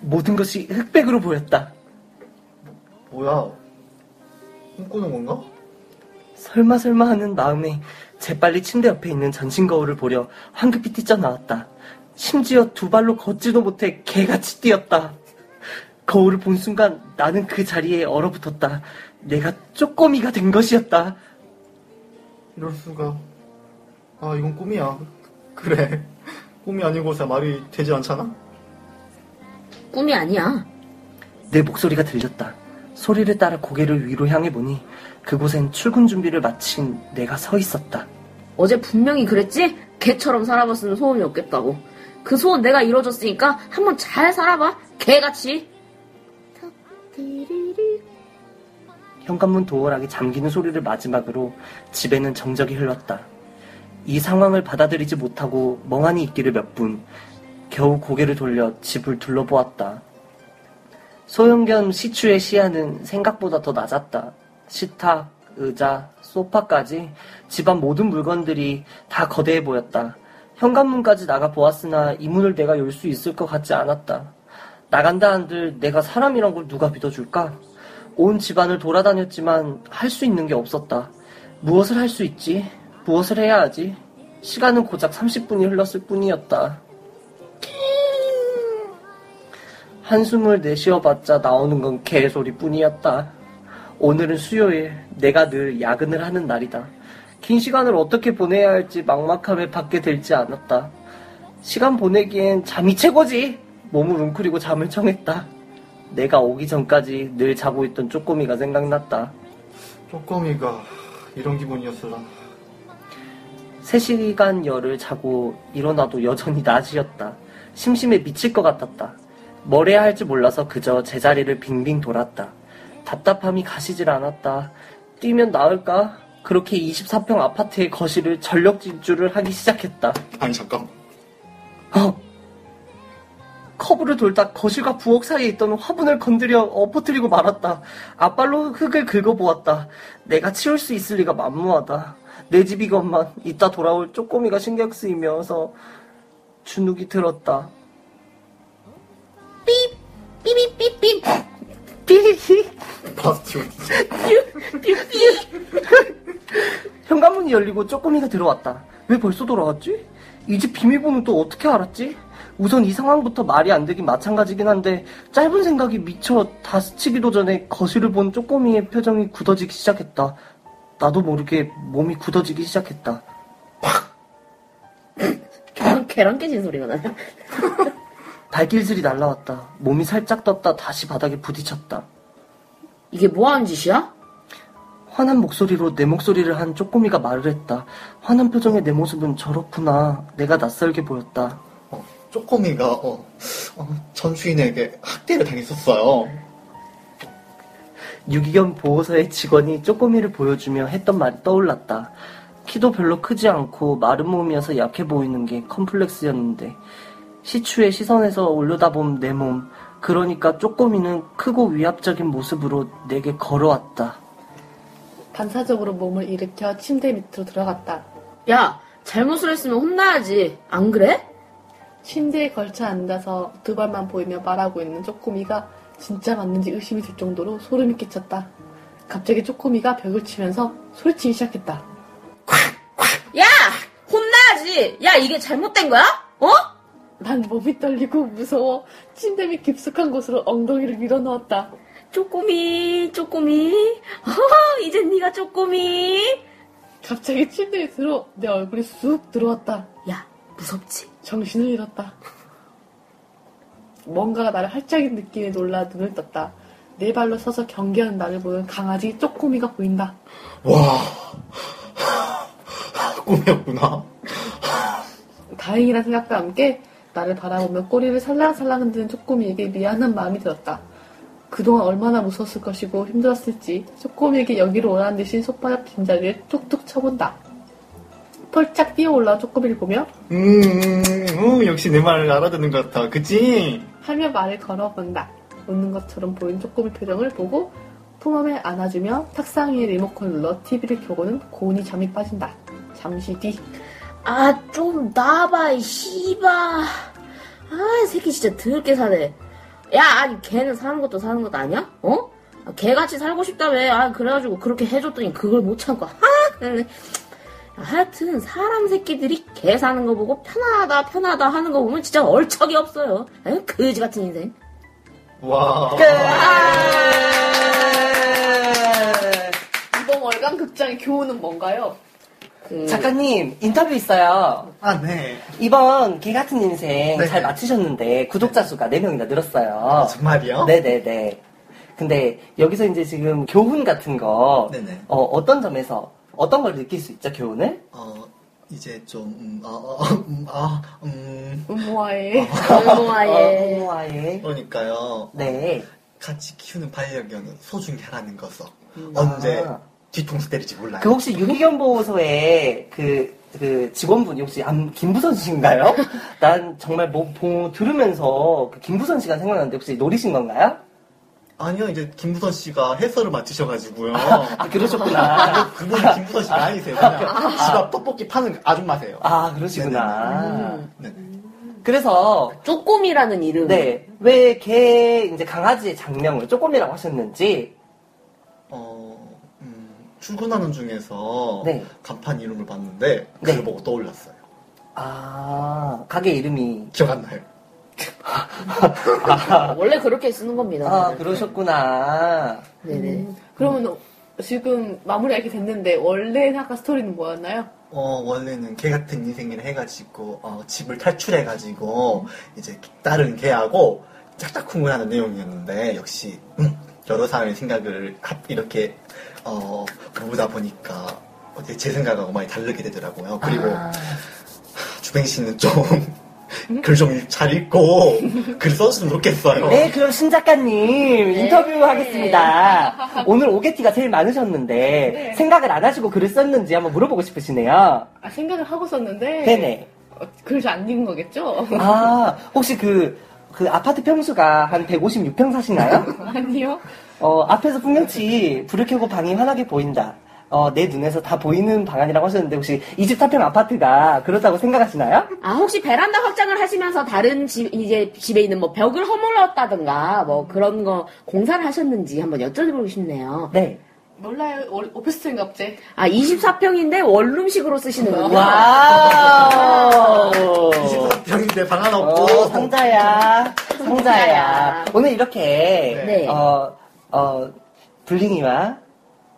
Speaker 5: 모든 것이 흑백으로 보였다.
Speaker 4: 뭐야? 꿈꾸는 건가?
Speaker 5: 설마 설마 하는 마음에 재빨리 침대 옆에 있는 전신 거울을 보려 황급히 뛰쳐나왔다. 심지어 두 발로 걷지도 못해 개같이 뛰었다. 거울을 본 순간 나는 그 자리에 얼어붙었다. 내가 쪼꼬미가 된 것이었다.
Speaker 4: 이럴 수가. 아 이건 꿈이야. 그래. 꿈이 아니고서 말이 되지 않잖아.
Speaker 3: 꿈이 아니야.
Speaker 5: 내 목소리가 들렸다. 소리를 따라 고개를 위로 향해 보니 그곳엔 출근 준비를 마친 내가 서 있었다.
Speaker 3: 어제 분명히 그랬지? 개처럼 살아봤으면 소원이 없겠다고. 그 소원 내가 이뤄줬으니까 한번 잘 살아봐. 개같이.
Speaker 5: 현관문 도어락이 잠기는 소리를 마지막으로 집에는 정적이 흘렀다. 이 상황을 받아들이지 못하고 멍하니 있기를 몇 분, 겨우 고개를 돌려 집을 둘러보았다. 소형견 시추의 시야는 생각보다 더 낮았다. 식탁, 의자, 소파까지 집안 모든 물건들이 다 거대해 보였다. 현관문까지 나가 보았으나 이 문을 내가 열 수 있을 것 같지 않았다. 나간다 한들 내가 사람이란 걸 누가 믿어줄까? 온 집안을 돌아다녔지만 할 수 있는 게 없었다. 무엇을 할 수 있지? 무엇을 해야 하지? 시간은 고작 30분이 흘렀을 뿐이었다. 한숨을 내쉬어봤자 나오는 건 개소리뿐이었다. 오늘은 수요일, 내가 늘 야근을 하는 날이다. 긴 시간을 어떻게 보내야 할지 막막함에 받게 될지 않았다. 시간 보내기엔 잠이 최고지! 몸을 웅크리고 잠을 청했다. 내가 오기 전까지 늘 자고 있던 쪼꼬미가 생각났다.
Speaker 4: 쪼꼬미가 이런 기분이었으나.
Speaker 5: 세시간 열을 자고 일어나도 여전히 낮이었다. 심심해 미칠 것 같았다. 뭘 해야 할지 몰라서 그저 제자리를 빙빙 돌았다. 답답함이 가시질 않았다. 뛰면 나을까? 그렇게 24평 아파트의 거실을 전력 질주를 하기 시작했다.
Speaker 4: 아니 잠깐.
Speaker 5: 어. 커브를 돌다 거실과 부엌 사이에 있던 화분을 건드려 엎어뜨리고 말았다. 앞발로 흙을 긁어보았다. 내가 치울 수 있을 리가 만무하다. 내 집이건만 이따 돌아올 쪼꼬미가 신경 쓰이면서 주눅이 들었다.
Speaker 3: 삐삐삐삐.
Speaker 5: 삐릭!
Speaker 4: 파스티오.
Speaker 5: 현관문이 열리고 쪼꼬미가 들어왔다. 왜 벌써 돌아왔지? 이 집 비밀번호 또 어떻게 알았지? 우선 이 상황부터 말이 안 되긴 마찬가지긴 한데 짧은 생각이 미쳐 다 스치기도 전에 거실을 본 쪼꼬미의 표정이 굳어지기 시작했다. 나도 모르게 몸이 굳어지기 시작했다.
Speaker 3: 계란 깨진 소리가 나네.
Speaker 5: 발길질이 날라왔다. 몸이 살짝 떴다 다시 바닥에 부딪혔다.
Speaker 3: 이게 뭐 하는 짓이야?
Speaker 5: 환한 목소리로 내 목소리를 한 쪼꼬미가 말을 했다. 환한 표정의 내 모습은 저렇구나. 내가 낯설게 보였다.
Speaker 4: 어, 쪼꼬미가 어, 어, 전수인에게 학대를 당했었어요.
Speaker 5: 유기견 보호소의 직원이 쪼꼬미를 보여주며 했던 말이 떠올랐다. 키도 별로 크지 않고 마른 몸이어서 약해 보이는 게 컴플렉스였는데 시추의 시선에서 올려다본 내 몸, 그러니까 쪼꼬미는 크고 위압적인 모습으로 내게 걸어왔다.
Speaker 2: 반사적으로 몸을 일으켜 침대 밑으로 들어갔다.
Speaker 3: 야, 잘못을 했으면 혼나야지. 안 그래?
Speaker 2: 침대에 걸쳐 앉아서 두 발만 보이며 말하고 있는 쪼꼬미가 진짜 맞는지 의심이 들 정도로 소름이 끼쳤다. 갑자기 쪼꼬미가 벽을 치면서 소리치기 시작했다.
Speaker 3: 야! 혼나야지! 야, 이게 잘못된 거야? 어?
Speaker 2: 난 몸이 떨리고 무서워 침대 밑 깊숙한 곳으로 엉덩이를 밀어넣었다.
Speaker 3: 쪼꼬미, 쪼꼬미. 허허, 이젠 네가 쪼꼬미.
Speaker 2: 갑자기 침대 밑으로 내 얼굴이 쑥 들어왔다.
Speaker 3: 야, 무섭지?
Speaker 2: 정신을 잃었다. 뭔가가 나를 활짝인 느낌에 놀라 눈을 떴다. 네 발로 서서 경계하는 나를 보는 강아지 쪼꼬미가 보인다.
Speaker 4: 와. 꿈이었구나.
Speaker 2: 다행이란 생각과 함께 나를 바라보며 꼬리를 살랑살랑 흔드는 쪼꼬미에게 미안한 마음이 들었다. 그동안 얼마나 무서웠을 것이고 힘들었을지 쪼꼬미에게 여기로 오라는 듯이 손바닥 빈자리를 툭툭 쳐본다. 펄짝 뛰어올라온 쪼꼬미를 보며
Speaker 4: 음, 음, 음, 역시 내 말을 알아듣는 것 같아. 그치?
Speaker 2: 하며 말을 걸어본다. 웃는 것처럼 보인 쪼꼬미 표정을 보고 품엄에 안아주며 탁상 위에 리모컨을 눌러 TV를 켜고는 고운이 잠이 빠진다. 잠시 뒤
Speaker 3: 아, 좀 나봐, 이 씨바. 아, 이 새끼 진짜 더럽게 사네. 야, 아니, 걔는 사는 것도 사는 것도 아니야? 어? 개같이 살고 싶다며. 아, 그래가지고 그렇게 해줬더니 그걸 못 참고, 하! 그래. 하여튼, 사람 새끼들이 개 사는 거 보고 편하다, 편하다 하는 거 보면 진짜 얼척이 없어요. 에? 그지 같은 인생.
Speaker 4: 와.
Speaker 2: 이번 월간 극장의 교훈은 뭔가요?
Speaker 3: 그,
Speaker 5: 음. 작가님 인터뷰 있어요.
Speaker 4: 아, 네.
Speaker 5: 이번 개 같은 인생
Speaker 4: 네. 그렇죠.
Speaker 5: 잘 맞추셨는데 구독자 수가 4명이나 늘었어요.
Speaker 4: 아, 정말이요?
Speaker 5: 네네네. 근데 여기서 이제 지금 교훈 같은 거
Speaker 4: 네네.
Speaker 5: 어, 어떤 점에서 어떤 걸 느낄 수 있죠 교훈을?
Speaker 4: 어, 이제 좀, 음, 아, 아, 음, 아, 음.
Speaker 2: 음모아의
Speaker 3: 어. 얼마에.
Speaker 5: 어, 아예.
Speaker 4: 그러니까요.
Speaker 5: 네.
Speaker 4: 같이 키우는 반려견은 소중해라는 것을 언제
Speaker 5: 아.
Speaker 4: 뒤통수 때릴지 몰라요.
Speaker 5: 그 혹시 유기견 보호소에 그, 그 직원분이 혹시 안- 김부선 씨인가요? 난 정말 뭐 보- 들으면서 그 김부선 씨가 생각났는데 혹시 노리신 건가요?
Speaker 4: 아니요, 이제 김부선 씨가 해설을 맡으셔가지고요.
Speaker 5: 아 그러셨구나.
Speaker 4: 그분이 김부선 씨 나이세요. 그냥 집 앞 떡볶이 파는 아줌마세요.
Speaker 5: 아 그러시구나.
Speaker 4: 네.
Speaker 5: 그래서
Speaker 3: 쪼꼬미라는 이름.
Speaker 5: 네 왜 개 이제 강아지의 장명을 쪼꼬미라고 하셨는지
Speaker 4: 어, 음, 출근하는 중에서
Speaker 5: 네.
Speaker 4: 간판 이름을 봤는데 그걸
Speaker 5: 네.
Speaker 4: 보고 떠올랐어요.
Speaker 5: 아 가게 이름이
Speaker 4: 기억 안 나요.
Speaker 3: 원래 그렇게 음. 쓰는 겁니다.
Speaker 5: 아 그러셨구나.
Speaker 3: 네네.
Speaker 2: 그러면 어, 지금 마무리가 이렇게 됐는데 원래 아까 스토리는 뭐였나요?
Speaker 4: 어, 원래는 개 같은 인생을 해가지고 어, 집을 탈출해가지고 이제 다른 개하고 짝짝꿍을 하는 내용이었는데 역시 음, 여러 사람의 생각을 합- 이렇게 어, 보다 보니까 어떻게 제 생각하고 많이 다르게 되더라고요. 그리고 주뱅씨는 좀 글 좀 잘 읽고 글 써주면 좋겠어요.
Speaker 5: 네, 그럼 신 작가님 인터뷰 하겠습니다. 오늘 오게티가 제일 많으셨는데
Speaker 2: 네.
Speaker 5: 생각을 안 하시고 글을 썼는지 한번 물어보고 싶으시네요.
Speaker 2: 아, 생각을 하고 썼는데 어,
Speaker 5: 네네.
Speaker 2: 글을 잘 안 읽은 거겠죠?
Speaker 5: 아, 혹시 그, 그 아파트 평수가 한 156평 사시나요?
Speaker 2: 아니요.
Speaker 5: 어, 앞에서 풍경치 불을 켜고 방이 환하게 보인다. 어, 내 눈에서 다 보이는 방안이라고 하셨는데 혹시 24평 아파트가 그렇다고 생각하시나요?
Speaker 3: 아, 혹시 베란다 확장을 하시면서 다른 집, 이제 집에 있는 뭐 벽을 허물었다든가 뭐 그런 거 공사를 하셨는지 한번 여쭤보고 싶네요.
Speaker 5: 네.
Speaker 2: 몰라요. 월- 오피스텔인가 보지.
Speaker 3: 아, 24평인데 원룸식으로 쓰시는군요.
Speaker 5: 와우!
Speaker 4: 24평인데 방 하나 없고
Speaker 5: 오, 어, 상자야. 상자야. 아, 오늘 이렇게,
Speaker 3: 네.
Speaker 5: 어, 어, 블링이와,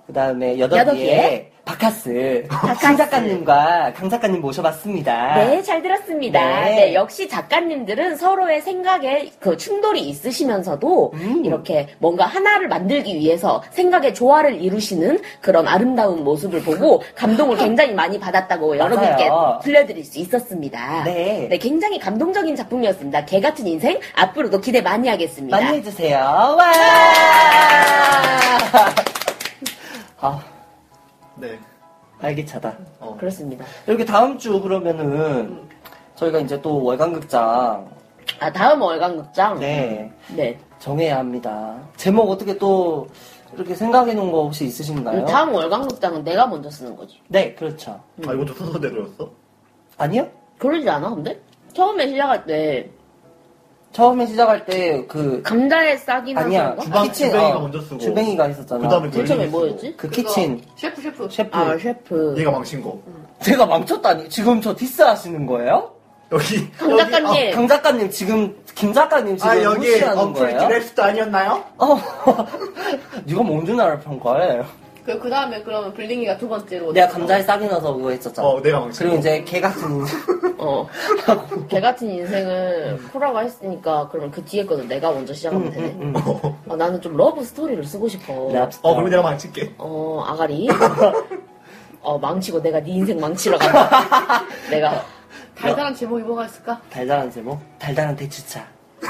Speaker 5: 그 다음에 여덟이의
Speaker 3: 여덟이의
Speaker 5: 바카스. 신 작가님과 강 작가님 모셔봤습니다.
Speaker 3: 네, 잘 들었습니다.
Speaker 5: 네.
Speaker 3: 네. 역시 작가님들은 서로의 생각에 그 충돌이 있으시면서도
Speaker 5: 음.
Speaker 3: 이렇게 뭔가 하나를 만들기 위해서 생각의 조화를 이루시는 그런 아름다운 모습을 보고 감동을 굉장히 많이 받았다고 여러분께
Speaker 5: 맞아요.
Speaker 3: 들려드릴 수 있었습니다.
Speaker 5: 네.
Speaker 3: 굉장히 감동적인 작품이었습니다. 개 같은 인생 앞으로도 기대 많이 하겠습니다.
Speaker 5: 많이 해주세요. 와! 아,
Speaker 4: 네.
Speaker 5: 알기차다.
Speaker 4: 어,
Speaker 3: 그렇습니다.
Speaker 5: 이렇게 다음 주 그러면은, 저희가 이제 또 월간극장,
Speaker 3: 아, 다음 월간극장.
Speaker 5: 네,
Speaker 3: 네.
Speaker 5: 정해야 합니다. 제목 어떻게 또, 이렇게 생각해 놓은 거 혹시 있으신가요?
Speaker 3: 다음 월간극장은 내가 먼저 쓰는 거지.
Speaker 5: 네, 그렇죠.
Speaker 4: 아 이것도 서서대로였어?
Speaker 5: 아니요?
Speaker 3: 그러지 않아, 근데? 처음에 시작할 때,
Speaker 5: 처음에 시작할 때 그,
Speaker 3: 감자에 싹이
Speaker 5: 아니야. 그
Speaker 3: 나서
Speaker 5: 어,
Speaker 4: 주방- 주뱅이가 먼저 쓰고.
Speaker 5: 주뱅이가 했었잖아.
Speaker 4: 그 다음에
Speaker 3: 제일 처음에 뭐였지?
Speaker 5: 그
Speaker 2: 그거
Speaker 5: 키친,
Speaker 2: 셰프 셰프.
Speaker 5: 셰프.
Speaker 3: 아, 셰프.
Speaker 4: 얘가 망신고
Speaker 5: 제가 망쳤다니? 지금 저 디스 하시는 거예요?
Speaker 4: 여기
Speaker 3: 강
Speaker 4: 네.
Speaker 3: 작가님.
Speaker 5: 강 작가님 지금, 김 작가님 지금
Speaker 4: 아 여기
Speaker 5: 무시하는
Speaker 4: 어플
Speaker 5: 거예요?
Speaker 4: 디렉스도 아니었나요?
Speaker 5: 어, 네가 뭔지 나를 평가해.
Speaker 2: 그 그다음에 그러면 블링이가 두 번째로.
Speaker 5: 내가 감자에 싹이 나서 그거 했었잖아.
Speaker 4: 어 내가 망치고
Speaker 5: 그리고 이제 개 같은
Speaker 3: 어. 걔 같은 인생을 코라가 했으니까, 그러면 그 뒤에 거는 내가 먼저 시작하면 되네.
Speaker 4: 어,
Speaker 3: 아, 나는 좀 러브 스토리를 쓰고 싶어.
Speaker 5: 랍스터.
Speaker 4: 어 그럼 내가 망칠게
Speaker 3: 어, 아가리. 어, 망치고 내가 네 인생 망치러 간다. 내가.
Speaker 2: 달달한 제목이 뭐가 있을까?
Speaker 5: 달달한 제목? 달달한 대추차.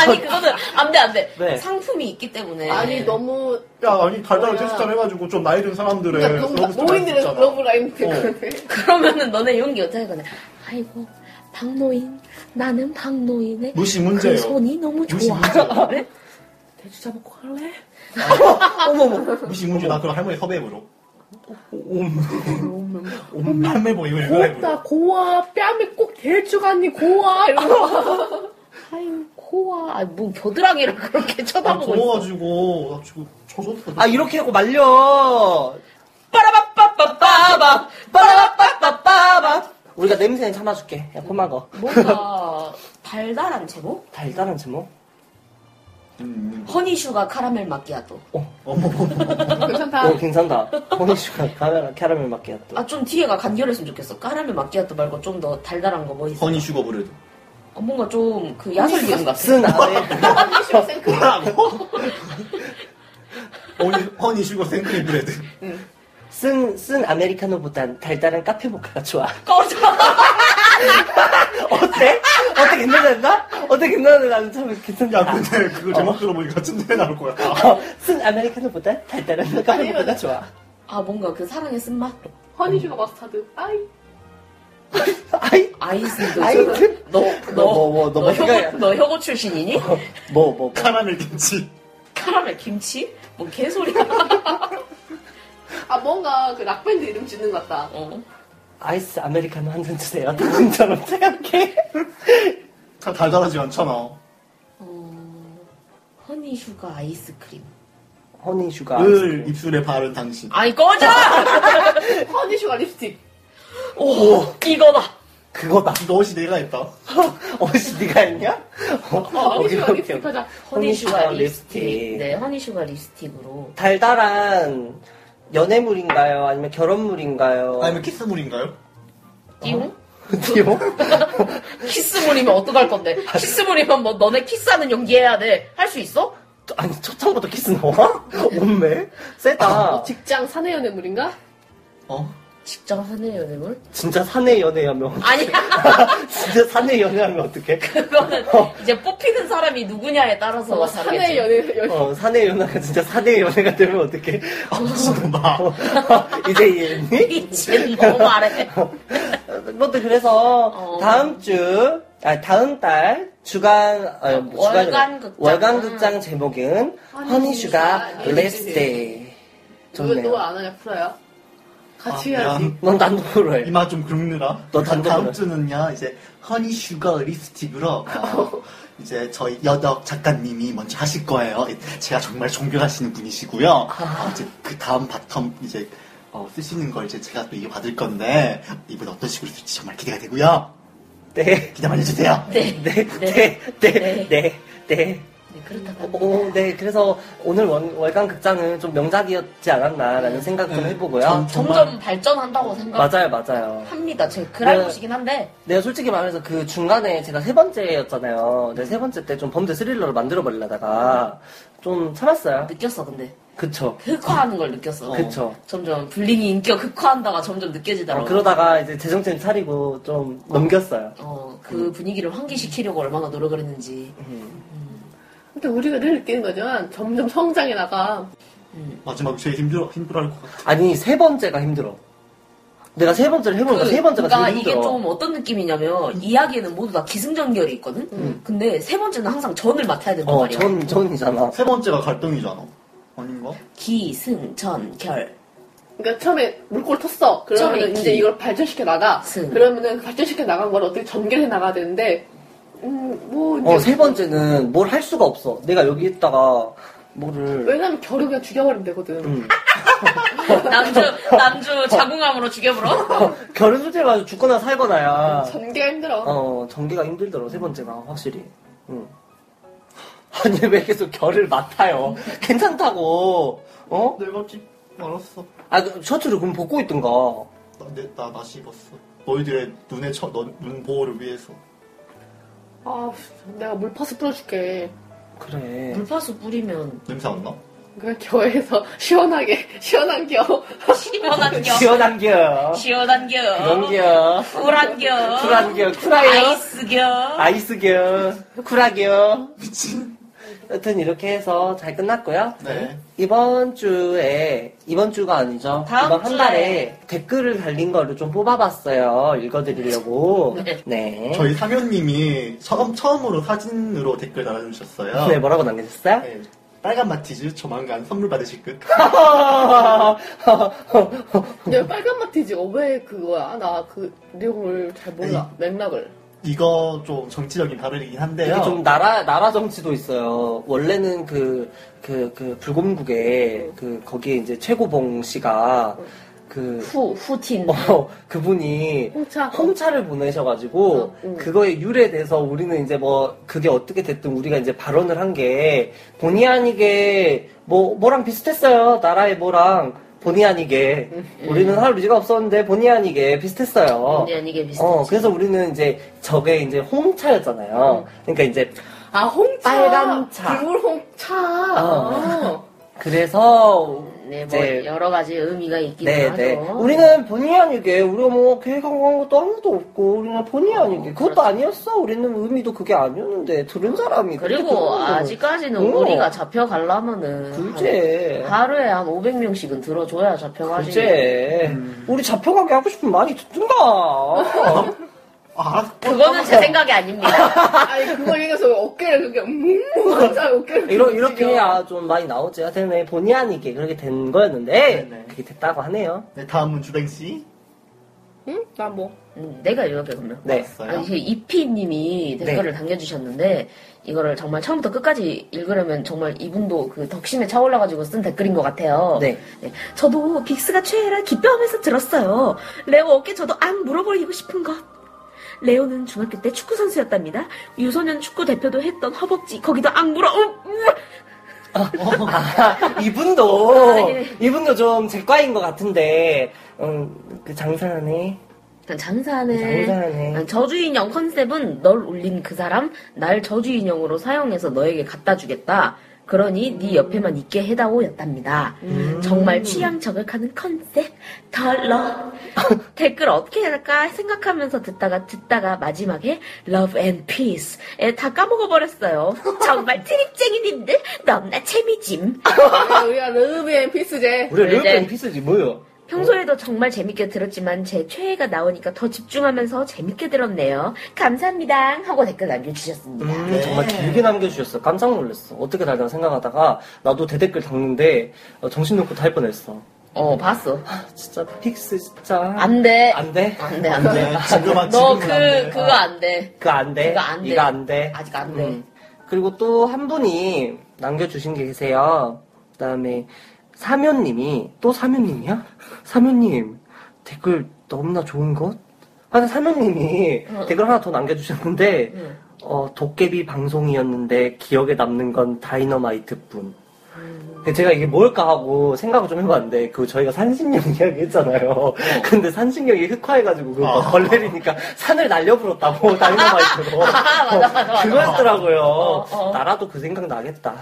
Speaker 3: 아니, 그거는 안 돼, 안 돼.
Speaker 5: 네.
Speaker 3: 상품이 있기 때문에.
Speaker 2: 아니 너무
Speaker 4: 야 아니 달달한
Speaker 2: 뭐야.
Speaker 4: 테스트를 해가지고 좀 나이 든 사람들의
Speaker 2: 그러니까 너무 나- 노인들의 러브 라인 그건데.
Speaker 3: 그러면은 너네 용기 어떻게 거네. 아이고, 박노인. 나는 박노인의
Speaker 4: 무시 문제예요.
Speaker 3: 그 손이 너무
Speaker 4: 무시
Speaker 3: 좋아. 네?
Speaker 4: 문제예요.
Speaker 2: 대추 잡고 할래?
Speaker 5: 어머머.
Speaker 4: 무시무시 나 그럼 할머니 섭외부로
Speaker 2: 너무
Speaker 4: 할매보 뭐 이거 읽으라
Speaker 2: 고맙다
Speaker 4: 해보려
Speaker 2: 고와 뺨에 꼭 대추가 아니 고와 이러고. 아이고
Speaker 3: 코와 아, 뭐 겨드랑이를 그렇게 쳐다보고 있어.
Speaker 4: 더워가지고 나 지금 저소도
Speaker 5: 아 이렇게 하고 말려 빠라바빠빠빠바 빠라바빠빠빠바 우리가 냄새는 참아줄게 야 코막어
Speaker 3: 뭔가 달달한 제목?
Speaker 5: 달달한 제목?
Speaker 4: 음,
Speaker 3: 허니슈가 카라멜 마끼아또.
Speaker 4: 어,
Speaker 2: 괜찮다.
Speaker 5: 어 괜찮다 허니슈가 카메라 캐러멜 마키아또
Speaker 3: 아 좀 뒤에가 간결했으면 좋겠어. 카라멜 마끼아또 말고 좀 더 달달한 거 뭐 있어?
Speaker 4: 허니 슈거 브레드
Speaker 3: 어, 뭔가 좀 그 야설 기운 같아.
Speaker 5: 쓴 아래
Speaker 4: 뭐라고? 허니, 허니 슈거 생크림 브레드
Speaker 5: 쓴, 쓴 아메리카노보단 달달한 카페모카가 좋아.
Speaker 3: 꺼져.
Speaker 5: 어때? 어때 괜찮았나? 어때 괜찮았나? 나는 참
Speaker 4: 야
Speaker 5: 괜찮다.
Speaker 4: 근데 그거 제목 들어보니까 츤데 나올 거야 아,
Speaker 5: 어, 쓴 아메리카노보단 달달한 카페모카가 좋아.
Speaker 3: 아 뭔가 그 사랑의 쓴맛?
Speaker 2: 허니슈가 머스타드. 아이.
Speaker 5: 아이,
Speaker 3: 아이스.
Speaker 5: 아이, 그- 너 뭐, 뭐,
Speaker 3: 너너너
Speaker 5: 너뭐 생각해?
Speaker 3: 혁오 너 혁오 출신이니?
Speaker 5: 뭐, 뭐, 뭐.
Speaker 4: 카라멜 김치
Speaker 3: 카라멜 김치? 뭐 개소리야.
Speaker 2: 아, 뭔가 그 락밴드 이름 짓는 것 같다.
Speaker 3: 어.
Speaker 5: 아이스 아메리카노 한 잔 주세요. 당신처럼 생각해.
Speaker 4: 다 달달하지 않잖아
Speaker 3: 어, 허니 슈가 아이스크림.
Speaker 5: 허니슈가.
Speaker 4: 을 입술에 바른 당신
Speaker 3: 아이 꺼져!
Speaker 2: 허니슈가 립스틱.
Speaker 3: 오, 이거 봐.
Speaker 5: 그거다.
Speaker 4: 너시 내가 했다
Speaker 5: 어씨, 니가 했냐? 어,
Speaker 2: 허니슈가 립스틱 하자.
Speaker 3: 허니 슈가
Speaker 5: 허니슈가
Speaker 3: 립스틱.
Speaker 5: 립스틱.
Speaker 3: 네, 허니 슈가 립스틱으로.
Speaker 5: 달달한 연애물인가요? 아니면 결혼물인가요?
Speaker 4: 아니면 키스물인가요?
Speaker 3: 띠용?
Speaker 5: 띠용?
Speaker 3: 키스물이면 어떡할 건데? 키스물이면 뭐 너네 키스하는 연기 해야 돼. 할 수 있어?
Speaker 5: 또- 아니, 초창부터 키스 나와? 없네? 세다.
Speaker 2: 직장 사내 연애물인가?
Speaker 4: 아, 어?
Speaker 3: 직장 사내 연애물?
Speaker 5: 진짜 사내 연애하면.
Speaker 3: 아니야.
Speaker 5: 진짜 사내 연애하면 어떡해?
Speaker 3: 그거는 이제 뽑히는 사람이 누구냐에 따라서
Speaker 2: 사내
Speaker 3: 다르겠지.
Speaker 2: 연애, 연
Speaker 5: 어, 사내 연애가 진짜 사내 연애가 되면 어떡해? 어,
Speaker 4: 지금봐
Speaker 5: 이제 이해했니?
Speaker 3: 미친 너 말해.
Speaker 5: 뭐든 그래서
Speaker 3: 어.
Speaker 5: 다음 주, 아, 다음 달 주간, 아, 뭐 주간이
Speaker 3: 월간
Speaker 5: 아니라
Speaker 3: 극장.
Speaker 5: 월간 극장 제목은
Speaker 2: 허니슈가
Speaker 5: 허니슈가 립스틱. 좋네요.
Speaker 2: 너안 하냐, 풀어요? 같이
Speaker 4: 아,
Speaker 2: 해야지.
Speaker 4: 미안.
Speaker 5: 넌 단독으로 해.
Speaker 4: 이마 좀 긁느라 그
Speaker 5: 너 단독으로.
Speaker 4: 다음 주는요 이제 허니 슈거 립스틱으로 어, 이제 저희 여덕 작가님이 먼저 하실 거예요 제가 정말 존경하시는 분이시고요 어, 이제 그 다음 바텀 이제 어, 쓰시는 걸 이제 제가 또 이거 받을 건데 이분 어떤 식으로 쓸지 정말 기대가 되고요
Speaker 5: 네.
Speaker 4: 기대 많이 해주세요
Speaker 3: 네.
Speaker 5: 네, 네, 네, 네, 네.
Speaker 3: 네, 그렇다고. 합니다.
Speaker 5: 오, 네, 그래서 오늘 원, 월간 극장은 좀 명작이었지 않았나라는 생각 좀
Speaker 4: 네.
Speaker 5: 해보고요.
Speaker 3: 점점 발전한다고 생각합니다.
Speaker 5: 맞아요, 맞아요.
Speaker 3: 제 그랄것이긴 한데.
Speaker 5: 내가 솔직히 말해서 그 중간에 제가 세 번째였잖아요. 근데 세 번째 때 좀 범죄 스릴러를 만들어 버리려다가 좀 참았어요.
Speaker 3: 느꼈어 근데
Speaker 5: 그쵸.
Speaker 3: 극화하는 걸 느꼈어.
Speaker 5: 그쵸.
Speaker 3: 점점 불링이 인격 극화한다가 점점
Speaker 5: 어,
Speaker 3: 느껴지더라고.
Speaker 5: 그러다가 이제 제정신 차리고 좀 넘겼어요.
Speaker 3: 어, 그 분위기를 환기시키려고 얼마나 노력을 했는지.
Speaker 2: 근데 우리가 늘 느끼는 거지만 점점 성장해 나가.
Speaker 4: 마지막 제일 힘들어 힘들어 할 것 같아
Speaker 5: 아니, 세 번째가 힘들어. 내가 세 번째를 해보니까 세 번째가
Speaker 3: 그러니까
Speaker 5: 제일 힘들어. 음.
Speaker 3: 이게 좀 어떤 느낌이냐면 이야기에는 모두 다 기승전결이 있거든. 근데 세 번째는 항상 전을 맡아야 된단
Speaker 5: 어,
Speaker 3: 말이야.
Speaker 5: 전, 전이잖아.
Speaker 4: 세 번째가 갈등이잖아 아닌가?
Speaker 3: 기승전결.
Speaker 2: 그러니까 처음에 물꼬를 텄어.
Speaker 3: 처음에
Speaker 2: 그러면 이제
Speaker 3: 기.
Speaker 2: 이걸 발전시켜 나가.
Speaker 3: 승.
Speaker 2: 그러면은 그 발전시켜 나간 걸 어떻게 전개해 나가야 되는데, 음, 뭐, 이제
Speaker 5: 어, 세 번째는 뭘 할 수가 없어. 내가 여기 있다가 뭐를.
Speaker 2: 왜냐면 결혼 그냥 죽여버리면 되거든.
Speaker 5: 음.
Speaker 3: 남주 남주 자궁암으로 죽여버려.
Speaker 5: 어, 결혼 솔직히 말해서 죽거나 살거나야.
Speaker 2: 전개가 힘들어.
Speaker 5: 어, 전개가 힘들더라, 세 번째가, 확실히. 응. 아니, 왜 계속 결을 맡아요? 괜찮다고. 어?
Speaker 4: 내가 집 네, 알았어
Speaker 5: 아, 그 셔츠를 그럼 벗고 있던가.
Speaker 4: 나, 내, 나 다시 입었어 너희들의 눈의 처, 너, 눈 보호를 위해서
Speaker 2: 아, 내가 물파스 뿌려줄게.
Speaker 5: 그래.
Speaker 3: 물파수 뿌리면
Speaker 4: 냄새 안 나?
Speaker 2: 그냥 겨에서 시원하게, 시원한 겨.
Speaker 3: 시원한겨.
Speaker 5: 지어당겨.
Speaker 3: 시원한겨.
Speaker 5: 넘겨.
Speaker 3: 쿨한겨.
Speaker 5: 쿨한겨. 쿨하여.
Speaker 3: 아이스겨.
Speaker 5: 아이스겨. 쿨하겨. 여튼 이렇게 해서 잘 끝났고요.
Speaker 4: 네.
Speaker 5: 이번 주에 이번 주가 아니죠.
Speaker 3: 다음
Speaker 5: 이번 한
Speaker 3: 주에.
Speaker 5: 달에 댓글을 달린 거를 좀 뽑아봤어요. 읽어드리려고.
Speaker 3: 네.
Speaker 5: 네.
Speaker 4: 저희 상현님이 처음, 처음으로 사진으로 댓글 달아주셨어요.
Speaker 5: 네, 뭐라고 남겨주셨어요?
Speaker 4: 네, 빨간 마티즈 조만간 선물 받으실 듯.
Speaker 2: 근데 빨간 마티지, 어, 왜 그거야? 나 그 내용을 잘 몰라. 맥락을.
Speaker 4: 이거 좀 정치적인 발언이긴 한데요.
Speaker 5: 이게 좀 나라 나라 정치도 있어요. 원래는 그 그 그 불곰국에 그 거기에 이제 최고봉 씨가 그
Speaker 3: 후, 후틴.
Speaker 5: 어, 그분이
Speaker 2: 홍차.
Speaker 5: 를 보내셔가지고
Speaker 2: 어, 음.
Speaker 5: 그거에 유래돼서 우리는 이제 뭐 그게 어떻게 됐든 우리가 이제 발언을 한 게 본의 아니게 뭐 뭐랑 비슷했어요 나라의 뭐랑 본의 아니게 우리는 할 의지가 없었는데 본의 아니게 비슷했어요.
Speaker 3: 네, 아니, 아니, 이게 비슷해.
Speaker 5: 어 그래서 우리는 이제 저게 이제 홍차였잖아요. 그러니까 이제
Speaker 2: 아 홍차.
Speaker 5: 빨간 차.
Speaker 2: 불 홍차.
Speaker 5: 어. 그래서
Speaker 3: 네, 뭐,
Speaker 5: 이제
Speaker 3: 여러 가지 의미가 있긴
Speaker 5: 네,
Speaker 3: 하죠.
Speaker 5: 네. 우리는 본의 아니게, 우리가 뭐 계획한 거 한 것도 아무것도 없고, 우리는 본의 아니게. 그것도
Speaker 3: 그렇죠.
Speaker 5: 아니었어. 우리는 의미도 그게 아니었는데, 들은 사람이. 그렇게
Speaker 3: 그리고
Speaker 5: 들은
Speaker 3: 아직까지는
Speaker 5: 어.
Speaker 3: 우리가 잡혀가려면은.
Speaker 5: 거고. 굴제.
Speaker 3: 한- 하루에 한 500명씩은 들어줘야 잡혀가지.
Speaker 5: 굴제. 우리 잡혀가게 하고 싶으면 많이 듣든가.
Speaker 4: 아,
Speaker 3: 그거는 제 생각이 아닙니다.
Speaker 2: 아니 그걸 얘기해서 어깨를 그게 뭉 혼자 어깨를.
Speaker 5: 이러,
Speaker 2: 이렇게
Speaker 5: 이렇게 해야 좀 많이 나오지. 하여튼 본의 아니게 그렇게 된 거였는데,
Speaker 4: 네네.
Speaker 5: 그게 됐다고 하네요.
Speaker 4: 네, 다음은 주뱅씨.
Speaker 2: 응? 나 뭐?
Speaker 3: 음, 내가 이렇게 그러면.
Speaker 5: 네.
Speaker 4: 왔어요.
Speaker 3: 아니, 그 이피님이 댓글을 당겨주셨는데, 이거를 정말 처음부터 끝까지 읽으려면 정말 이분도 그 덕심에 차올라가지고 쓴 댓글인 것 같아요.
Speaker 5: 네.
Speaker 3: 네. 저도 빅스가 최애라 기뻐하면서 들었어요. 레오 어깨 저도 안 물어버리고 싶은 것. 레오는 중학교 때 축구 선수였답니다. 유소년 축구 대표도 했던 허벅지 거기도 안 물어. 음, 음.
Speaker 5: 아, 이분도,
Speaker 3: 네.
Speaker 5: 이분도 좀 제과인 것 같은데, 음, 그 장사하네.
Speaker 3: 난 그러니까 장사하네.
Speaker 5: 장사하네.
Speaker 3: 난 저주인형 컨셉은 널 울린 그 사람 날 저주인형으로 사용해서 너에게 갖다 주겠다. 그러니 네 옆에만 있게 해다오였답니다. 정말 취향 저격하는 컨셉 덜러 댓글 어떻게 해야 할까 생각하면서 듣다가 듣다가 마지막에 Love and Peace에 다 까먹어버렸어요. 정말 트립쟁이님들 너무나 재미짐.
Speaker 2: 아, 우리가 르비 앤 피스제.
Speaker 5: 우리
Speaker 3: 이제-
Speaker 5: 르벤 피스지, 뭐예요?
Speaker 3: 평소에도 정말 재밌게 들었지만 제 최애가 나오니까 더 집중하면서 재밌게 들었네요. 감사합니다. 하고 댓글 남겨주셨습니다.
Speaker 5: 음,
Speaker 4: 네.
Speaker 5: 정말 길게 남겨주셨어. 깜짝 놀랐어. 어떻게 달라 생각하다가 나도 대댓글 닦는데 어, 정신 놓고 달 뻔했어. 아,
Speaker 3: 어, 봤어.
Speaker 5: 진짜 픽스 진짜
Speaker 3: 안 돼.
Speaker 5: 안 돼?
Speaker 3: 안 돼, 안 돼.
Speaker 5: 아, 예.
Speaker 4: 네, 지금 막
Speaker 3: 너
Speaker 4: 지금
Speaker 3: 그, 그거 안 돼.
Speaker 5: 그거 안 돼?
Speaker 3: 이거 안 돼.
Speaker 5: 이거 안 돼? 음.
Speaker 3: 아직 안 돼.
Speaker 5: 그리고 또 한 분이 남겨주신 게 계세요. 그 다음에 사면님이 또 사면님이야? 사면님 댓글 너무나 좋은 것? 하여튼 사면님이 댓글 하나 더 남겨주셨는데
Speaker 3: 응.
Speaker 5: 어, 도깨비 방송이었는데 기억에 남는 건 다이너마이트뿐.
Speaker 3: 음.
Speaker 5: 근데 제가 이게 뭘까 하고 생각을 좀 해봤는데 그 저희가 산신령 이야기했잖아요. 근데 산신령이 흑화해가지고 그
Speaker 4: 어.
Speaker 5: 걸레리니까 산을 날려부렸다고 다이너마이트로.
Speaker 3: 아,
Speaker 5: 그거였더라고요.
Speaker 3: 어.
Speaker 5: 나라도 그 생각 나겠다.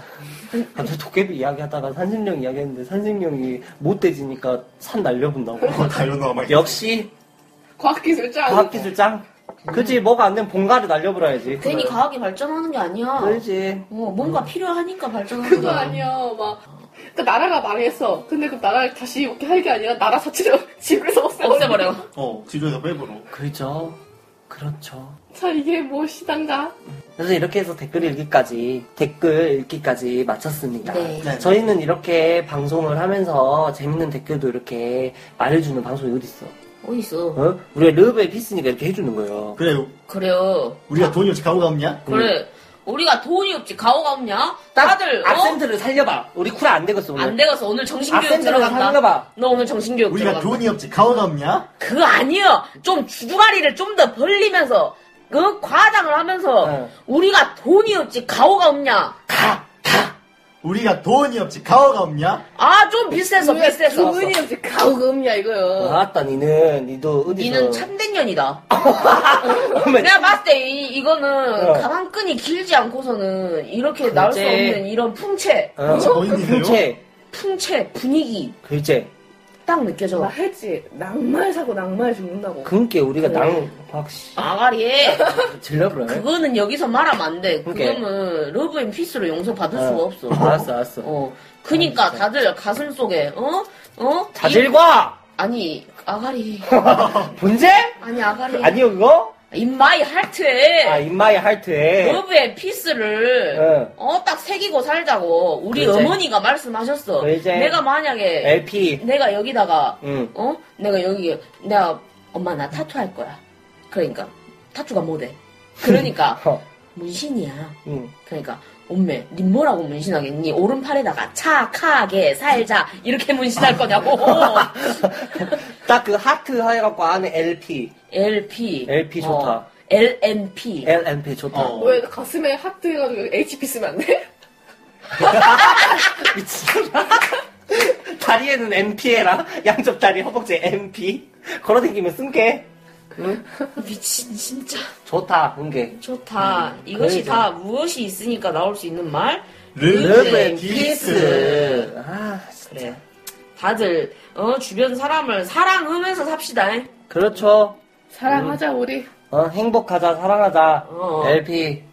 Speaker 5: 갑자기 도깨비 이야기하다가 산신령 이야기했는데 산신령이 못 돼지니까 산 날려본다고.
Speaker 4: 어, 다이노마
Speaker 5: 역시 그
Speaker 2: 과학기술자.
Speaker 5: 과학기술장. 그지 뭐가 안 되면 본가를 날려버려야지.
Speaker 3: 괜히 과학이 발전하는 게 아니야.
Speaker 5: 그지.
Speaker 3: 어, 뭔가 필요하니까 발전하는
Speaker 2: 그거
Speaker 3: 거야.
Speaker 2: 아니야. 막. 그러니까 나라가 망했어. 근데 그 나라를 다시 이렇게 할 게 아니라 나라 자체를 지구에서 없애버려.
Speaker 3: 없애버려.
Speaker 4: 어, 지도에서 빼보로.
Speaker 5: 그죠. 그렇죠.
Speaker 2: 자 이게 뭐 무엇이단가?
Speaker 5: 그래서 이렇게 해서 댓글 읽기까지, 댓글 읽기까지 마쳤습니다.
Speaker 3: 네.
Speaker 4: 네.
Speaker 5: 저희는 이렇게 방송을 하면서 재밌는 댓글도 이렇게 말해주는 방송이 어딨어.
Speaker 3: 어딨어.
Speaker 5: 어? 우리가 르브의 피스니까 이렇게 해주는 거예요.
Speaker 4: 그래,
Speaker 3: 그래요.
Speaker 4: 우리가 돈이 없이 가고 없냐?
Speaker 3: 그래. 음. 우리가 돈이 없지. 가오가 없냐? 다들, 어?
Speaker 5: 악센트를 살려봐. 우리 쿨라 안 되겠어, 오늘.
Speaker 3: 안 돼가서 오늘 정신교육
Speaker 5: 악센트를
Speaker 3: 들어간다.
Speaker 5: 살려봐.
Speaker 3: 너 오늘 정신교육
Speaker 4: 우리가
Speaker 3: 들어간다.
Speaker 4: 돈이 없지 가오가 없냐?
Speaker 3: 그거 아니요. 좀 주둥아리를 좀 더 벌리면서 그 과장을 하면서
Speaker 5: 네.
Speaker 3: 우리가 돈이 없지 가오가 없냐.
Speaker 5: 가! 가!
Speaker 4: 우리가 돈이 없지 가오가 없냐?
Speaker 3: 아 좀 비슷했어 비슷했어.
Speaker 2: 주문이 없지 가오금이야 이거요.
Speaker 5: 아따, 니는, 니도 어디서.
Speaker 3: 어. 니는 참된 년이다.
Speaker 5: 어메,
Speaker 3: 내가 봤을 때 이, 이거는
Speaker 5: 어.
Speaker 3: 가방끈이 길지 않고서는 이렇게 나올 수
Speaker 5: 그렇지.
Speaker 3: 없는 이런 풍채,
Speaker 5: 어,
Speaker 4: 진짜 어인이세요?
Speaker 5: 풍채,
Speaker 3: 풍채 분위기
Speaker 5: 글재.
Speaker 3: 딱
Speaker 2: 나
Speaker 3: 느껴져.
Speaker 2: 했지. 낭말 사고 낭말 죽는다고.
Speaker 5: 금께 우리가 낭, 박씨.
Speaker 3: 아가리
Speaker 5: 질러버려.
Speaker 3: 어. 그거는 여기서 말하면 안 돼.
Speaker 5: 네. 그러니까.
Speaker 3: 그거는 러브 앤 피스로 용서받을 수가 없어.
Speaker 5: 알았어, 아, 알았어.
Speaker 3: 어. 그니까 다들 가슴 속에 어? 어? 이-
Speaker 5: 자질과!
Speaker 3: 아니 아가리
Speaker 5: 분재?
Speaker 3: 아니 아가리
Speaker 5: 아니요, 그거?
Speaker 3: In my heart에
Speaker 5: 아, 인마의 할트에.
Speaker 3: 러브의 피스를
Speaker 5: 네.
Speaker 3: 어 딱 새기고 살자고 우리
Speaker 5: 그러지.
Speaker 3: 어머니가 말씀하셨어
Speaker 5: 그러지. 음.
Speaker 3: 내가 만약에
Speaker 5: LP.
Speaker 3: 내가 여기다가
Speaker 5: 응.
Speaker 3: 어? 내가 여기 내가 엄마 나 타투 할 거야 그러니까 타투가 뭐래 그러니까
Speaker 5: 어, 음.
Speaker 3: 문신이야.
Speaker 5: 응.
Speaker 3: 그러니까 엄매 님 뭐라고 문신하겠니? 오른팔에다가 착하게 살자 이렇게
Speaker 5: 아.
Speaker 3: 문신할 거냐고.
Speaker 5: 딱 그 하트 해갖고 안에 LP,
Speaker 3: LP.
Speaker 5: LP 좋다.
Speaker 3: 어, LNP.
Speaker 5: LNP 좋다.
Speaker 4: 어.
Speaker 2: 왜 가슴에 하트 해가지고 HP 쓰면 안 돼?
Speaker 5: 미친놈아. 다리에는 MP 해라. 양쪽 다리 허벅지에 MP. 걸어다니면 쓴게. 응?
Speaker 3: 그 미친 진짜
Speaker 5: 좋다, 은게.
Speaker 3: 좋다. 이것이
Speaker 5: 음. 그래야죠.
Speaker 3: 다 무엇이 있으니까 나올 수 있는 말.
Speaker 5: 아, 진짜.
Speaker 3: 그래. 다들 어 주변 사람을 사랑하면서 삽시다. 잉?
Speaker 5: 그렇죠.
Speaker 2: 사랑하자 우리.
Speaker 5: 어, 행복하자, 사랑하자.
Speaker 3: 어.
Speaker 5: LP.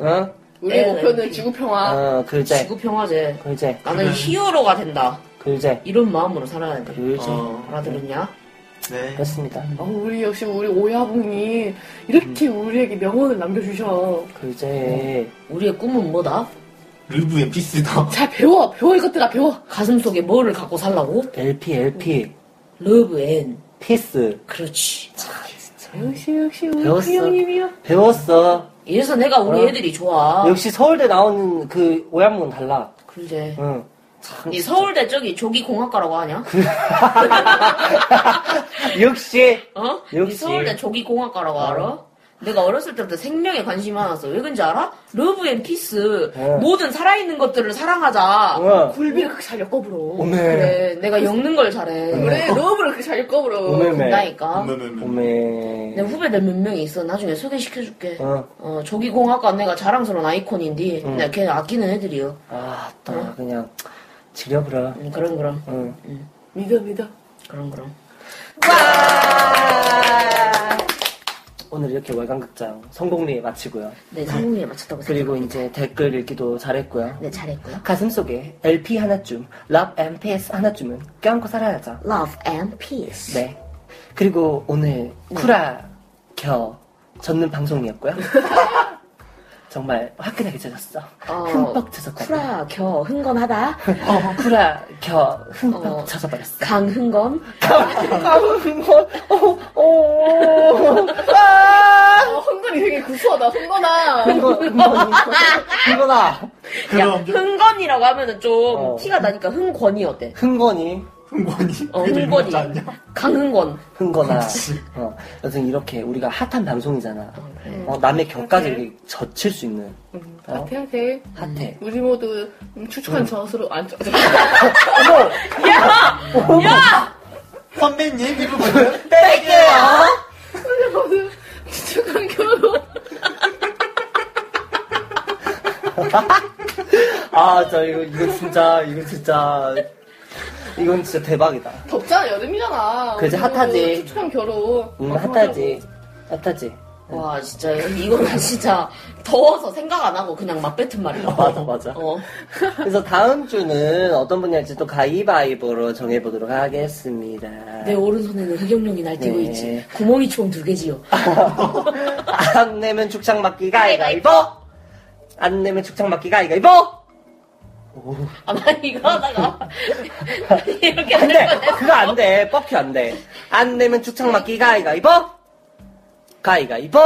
Speaker 5: 응?
Speaker 2: 우리의
Speaker 3: LNP.
Speaker 2: 목표는 지구 평화.
Speaker 5: 어, 글제.
Speaker 3: 지구 평화제.
Speaker 5: 글제.
Speaker 3: 나는 히어로가 된다.
Speaker 5: 글제.
Speaker 3: 이런 마음으로 살아야 돼.
Speaker 5: 글제.
Speaker 4: 어,
Speaker 3: 알아들었냐?
Speaker 4: 네.
Speaker 5: 그렇습니다.
Speaker 2: 어, 우리 역시 우리 오야봉이 이렇게 우리에게 명언을 남겨주셔.
Speaker 5: 글제.
Speaker 3: 우리의 꿈은 뭐다?
Speaker 4: 루브 앤
Speaker 3: 어?
Speaker 4: 피스다.
Speaker 2: 자 배워 배워 이것들아 배워.
Speaker 3: 가슴 속에 뭐를 갖고 살라고?
Speaker 5: LP, LP.
Speaker 3: 러브 앤
Speaker 5: 피스.
Speaker 3: 그렇지.
Speaker 2: 역시 역시 우리
Speaker 5: 배웠어.
Speaker 2: 부형님이야.
Speaker 5: 배웠어.
Speaker 3: 이래서 내가 우리
Speaker 5: 어.
Speaker 3: 애들이 좋아.
Speaker 5: 역시 서울대 나오는 그 오양문 달라.
Speaker 3: 그래.
Speaker 5: 응. 참.
Speaker 3: 이 서울대 저기 조기공학과라고 하냐?
Speaker 5: 역시.
Speaker 3: 어? 이
Speaker 5: 역시. 어.
Speaker 3: 서울대 조기공학과라고 알아? 내가 어렸을 때부터 생명에 관심이 많았어. 왜 그런지 알아? 러브 앤 피스.
Speaker 5: 어.
Speaker 3: 모든 살아있는 것들을 사랑하자.
Speaker 5: 응.
Speaker 2: 굴비를 그렇게 잘 엮어버려.
Speaker 5: 어. 오메.
Speaker 3: 그래. 내가 엮는 걸
Speaker 5: 어.
Speaker 3: 잘해.
Speaker 2: 그래 러브를 그렇게 잘 엮어버려.
Speaker 5: 오메메.
Speaker 3: 된다니까.
Speaker 4: 네, 오메메메.
Speaker 3: 내
Speaker 5: 오메.
Speaker 3: 후배들 몇 명이 있어. 나중에 소개시켜줄게.
Speaker 5: 어.
Speaker 3: 어, 조기공학과 내가 자랑스러운 아이콘인데, 내가 걔 아끼는 애들이요.
Speaker 5: 아, 딱 그냥 지려버려.
Speaker 3: 음, 그럼, 그럼.
Speaker 5: 응.
Speaker 2: 믿어 믿어.
Speaker 3: 그럼, 그럼.
Speaker 5: 오늘 이렇게 월간극장 성공리에 마치고요.
Speaker 3: 네, 성공에 맞췄다고 생각.
Speaker 5: 그리고 이제 댓글 읽기도 잘했고요.
Speaker 3: 네, 잘했고요.
Speaker 5: 가슴 속에 LP 하나쯤, 럽 MPS 하나쯤은 껴안고 살아야죠.
Speaker 3: Love and peace.
Speaker 5: 네. 그리고 오늘
Speaker 3: 네.
Speaker 5: 쿠라 겨 젖는 방송이었고요. 정말 화끈하게 젖었어.
Speaker 3: 어,
Speaker 5: 흠뻑 젖었거든.
Speaker 3: 쿠라, 겨, 흥건하다.
Speaker 5: 어, 쿠라 겨 흠뻑
Speaker 3: 어.
Speaker 5: 젖어버렸어.
Speaker 3: 강흥건.
Speaker 5: 강훈건 어, 어,
Speaker 2: 아 흥건이 되게 구수하다 흥건아.
Speaker 5: 흥건아.
Speaker 3: 야,
Speaker 4: 그럼 좀
Speaker 3: 흥건이라고 하면은 좀
Speaker 5: 어.
Speaker 3: 티가 나니까 흥권이 어때?
Speaker 5: 흥건이.
Speaker 4: 흥건이.
Speaker 3: 어,
Speaker 4: 그래도
Speaker 3: 흥건이.
Speaker 4: 유명하지 않냐?
Speaker 3: 강흥권.
Speaker 5: 흥건아.
Speaker 4: 그치.
Speaker 5: 어, 여튼 이렇게 우리가 핫한 방송이잖아.
Speaker 3: 그래.
Speaker 5: 어, 남의 격까지 이렇게 젖힐 수 있는 어?
Speaker 2: 핫해 핫해.
Speaker 5: 핫해.
Speaker 2: 우리 모두 음, 추측한 저수로 안 저.
Speaker 4: 선배님 이거 뭐예요?
Speaker 2: 우리 모두 추측한 결혼.
Speaker 5: 아, 저 이거 이거 진짜 이거 진짜 이건 진짜 대박이다.
Speaker 2: 덥잖아 여름이잖아.
Speaker 5: 그지,
Speaker 2: 우리 모두
Speaker 5: 핫하지.
Speaker 2: 추측한 결혼.
Speaker 5: 응,
Speaker 2: 어,
Speaker 5: 핫하지. 핫하지.
Speaker 3: 와, 진짜, 이거는 진짜 더워서 생각 안 하고 그냥 맞뱉은 말이야.
Speaker 5: 맞아, 맞아.
Speaker 3: 어.
Speaker 5: 그래서 다음 주는 어떤 분이 할지 또 가위바위보로 정해보도록 하겠습니다.
Speaker 3: 내 오른손에는 흑염룡이 날뛰고
Speaker 5: 네.
Speaker 3: 있지. 구멍이 총 두 개지요.
Speaker 5: 안 내면 죽창 맞기 가위바위보! 안 내면 죽창 맞기 가위바위보!
Speaker 3: 아마 이거 하다가 이렇게
Speaker 5: 안
Speaker 3: 안
Speaker 5: 돼!
Speaker 3: 될 거네.
Speaker 5: 그거 안 돼! 뻑큐 안 돼! 안 내면 죽창 맞기 가위바위보! 가위바위보!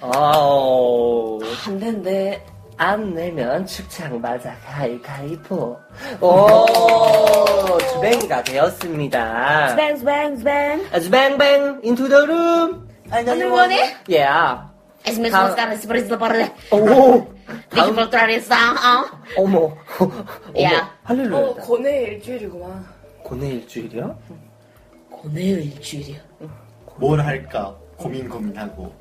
Speaker 5: 아오.
Speaker 3: 안 된대.
Speaker 5: 안 내면 축창 맞아 가위가위보 오 주뱅이가 되었습니다
Speaker 3: 스뱅 스뱅 스뱅.
Speaker 5: 주뱅뱅 into the room
Speaker 3: 오늘 뭐네?
Speaker 5: yeah
Speaker 3: 에스메스
Speaker 5: 다음.
Speaker 3: 마스카라 스프레스 바르레.
Speaker 5: 오
Speaker 3: 리키 볼트라리스. 어.
Speaker 5: 어머 어머
Speaker 3: 야.
Speaker 2: 어,
Speaker 5: 할렐루야
Speaker 2: 고뇌 일주일이구만.
Speaker 5: 고뇌 일주일이야?
Speaker 3: 고뇌의 일주일이야.
Speaker 4: 뭘 할까 고민 고민하고.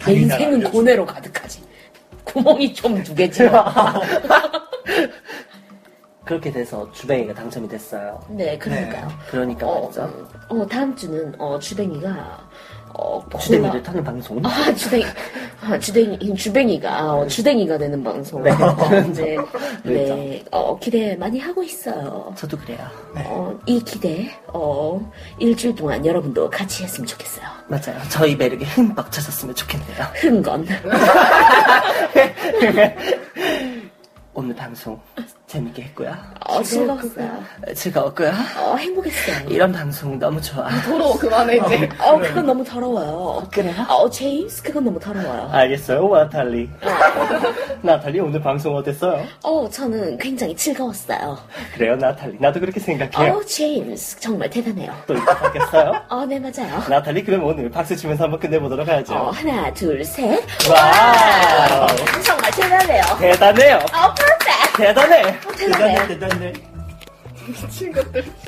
Speaker 3: 내
Speaker 4: 당일 날
Speaker 3: 인생은
Speaker 4: 알려줘.
Speaker 3: 고뇌로 가득하지. 구멍이 총 두 개지요.
Speaker 5: 그렇게 돼서 주뱅이가 당첨이 됐어요
Speaker 3: 네, 그러니까요.
Speaker 5: 그러니까
Speaker 3: 어,
Speaker 5: 말이죠
Speaker 3: 어, 다음 주는 어, 주댕이가 어,
Speaker 5: 주뱅이를
Speaker 3: 골라-
Speaker 5: 타는 방송
Speaker 3: 아, 주댕이. 아, 주댕이, 주뱅이가, 어, 주댕이가 되는 방송.
Speaker 5: 네. 그렇죠.
Speaker 3: 네. 네. 어, 기대 많이 하고 있어요.
Speaker 5: 저도 그래요 네,
Speaker 3: 어, 이 기대, 어, 일주일 동안 여러분도 같이 했으면 좋겠어요.
Speaker 5: 맞아요 저희 매력에 흠뻑 젖었으면 좋겠네요
Speaker 3: 흥건.
Speaker 5: 오늘 방송 재밌게 했고요.
Speaker 3: 어, 즐거웠어요.
Speaker 5: 즐거웠고요.
Speaker 3: 어, 행복했어요.
Speaker 5: 이런 방송 너무 좋아.
Speaker 2: 더러워 그만해 이제
Speaker 3: 어, 그건 너무 더러워요.
Speaker 5: 그래요?
Speaker 3: 어, 제임스, 그건 너무 더러워요.
Speaker 5: 알겠어요, 나탈리. 나탈리, 오늘 방송 어땠어요?
Speaker 3: 어, 저는 굉장히 즐거웠어요.
Speaker 5: 그래요, 나탈리. 나도 그렇게 생각해요.
Speaker 3: 어, 제임스, 정말 대단해요.
Speaker 5: 또 이거 바뀌었어요?
Speaker 3: 어, 네, 맞아요.
Speaker 5: 나탈리, 그럼 오늘 박수 치면서 한번 끝내보도록 하죠.
Speaker 3: 어, 하나, 둘, 셋.
Speaker 5: 네.
Speaker 3: 어,
Speaker 5: 와우!
Speaker 3: 정말 대단해요.
Speaker 5: 대단해요!
Speaker 3: 어, 퍼펙트!
Speaker 5: 대단해!
Speaker 3: 대단해.
Speaker 5: 대단해!
Speaker 2: 미친 것들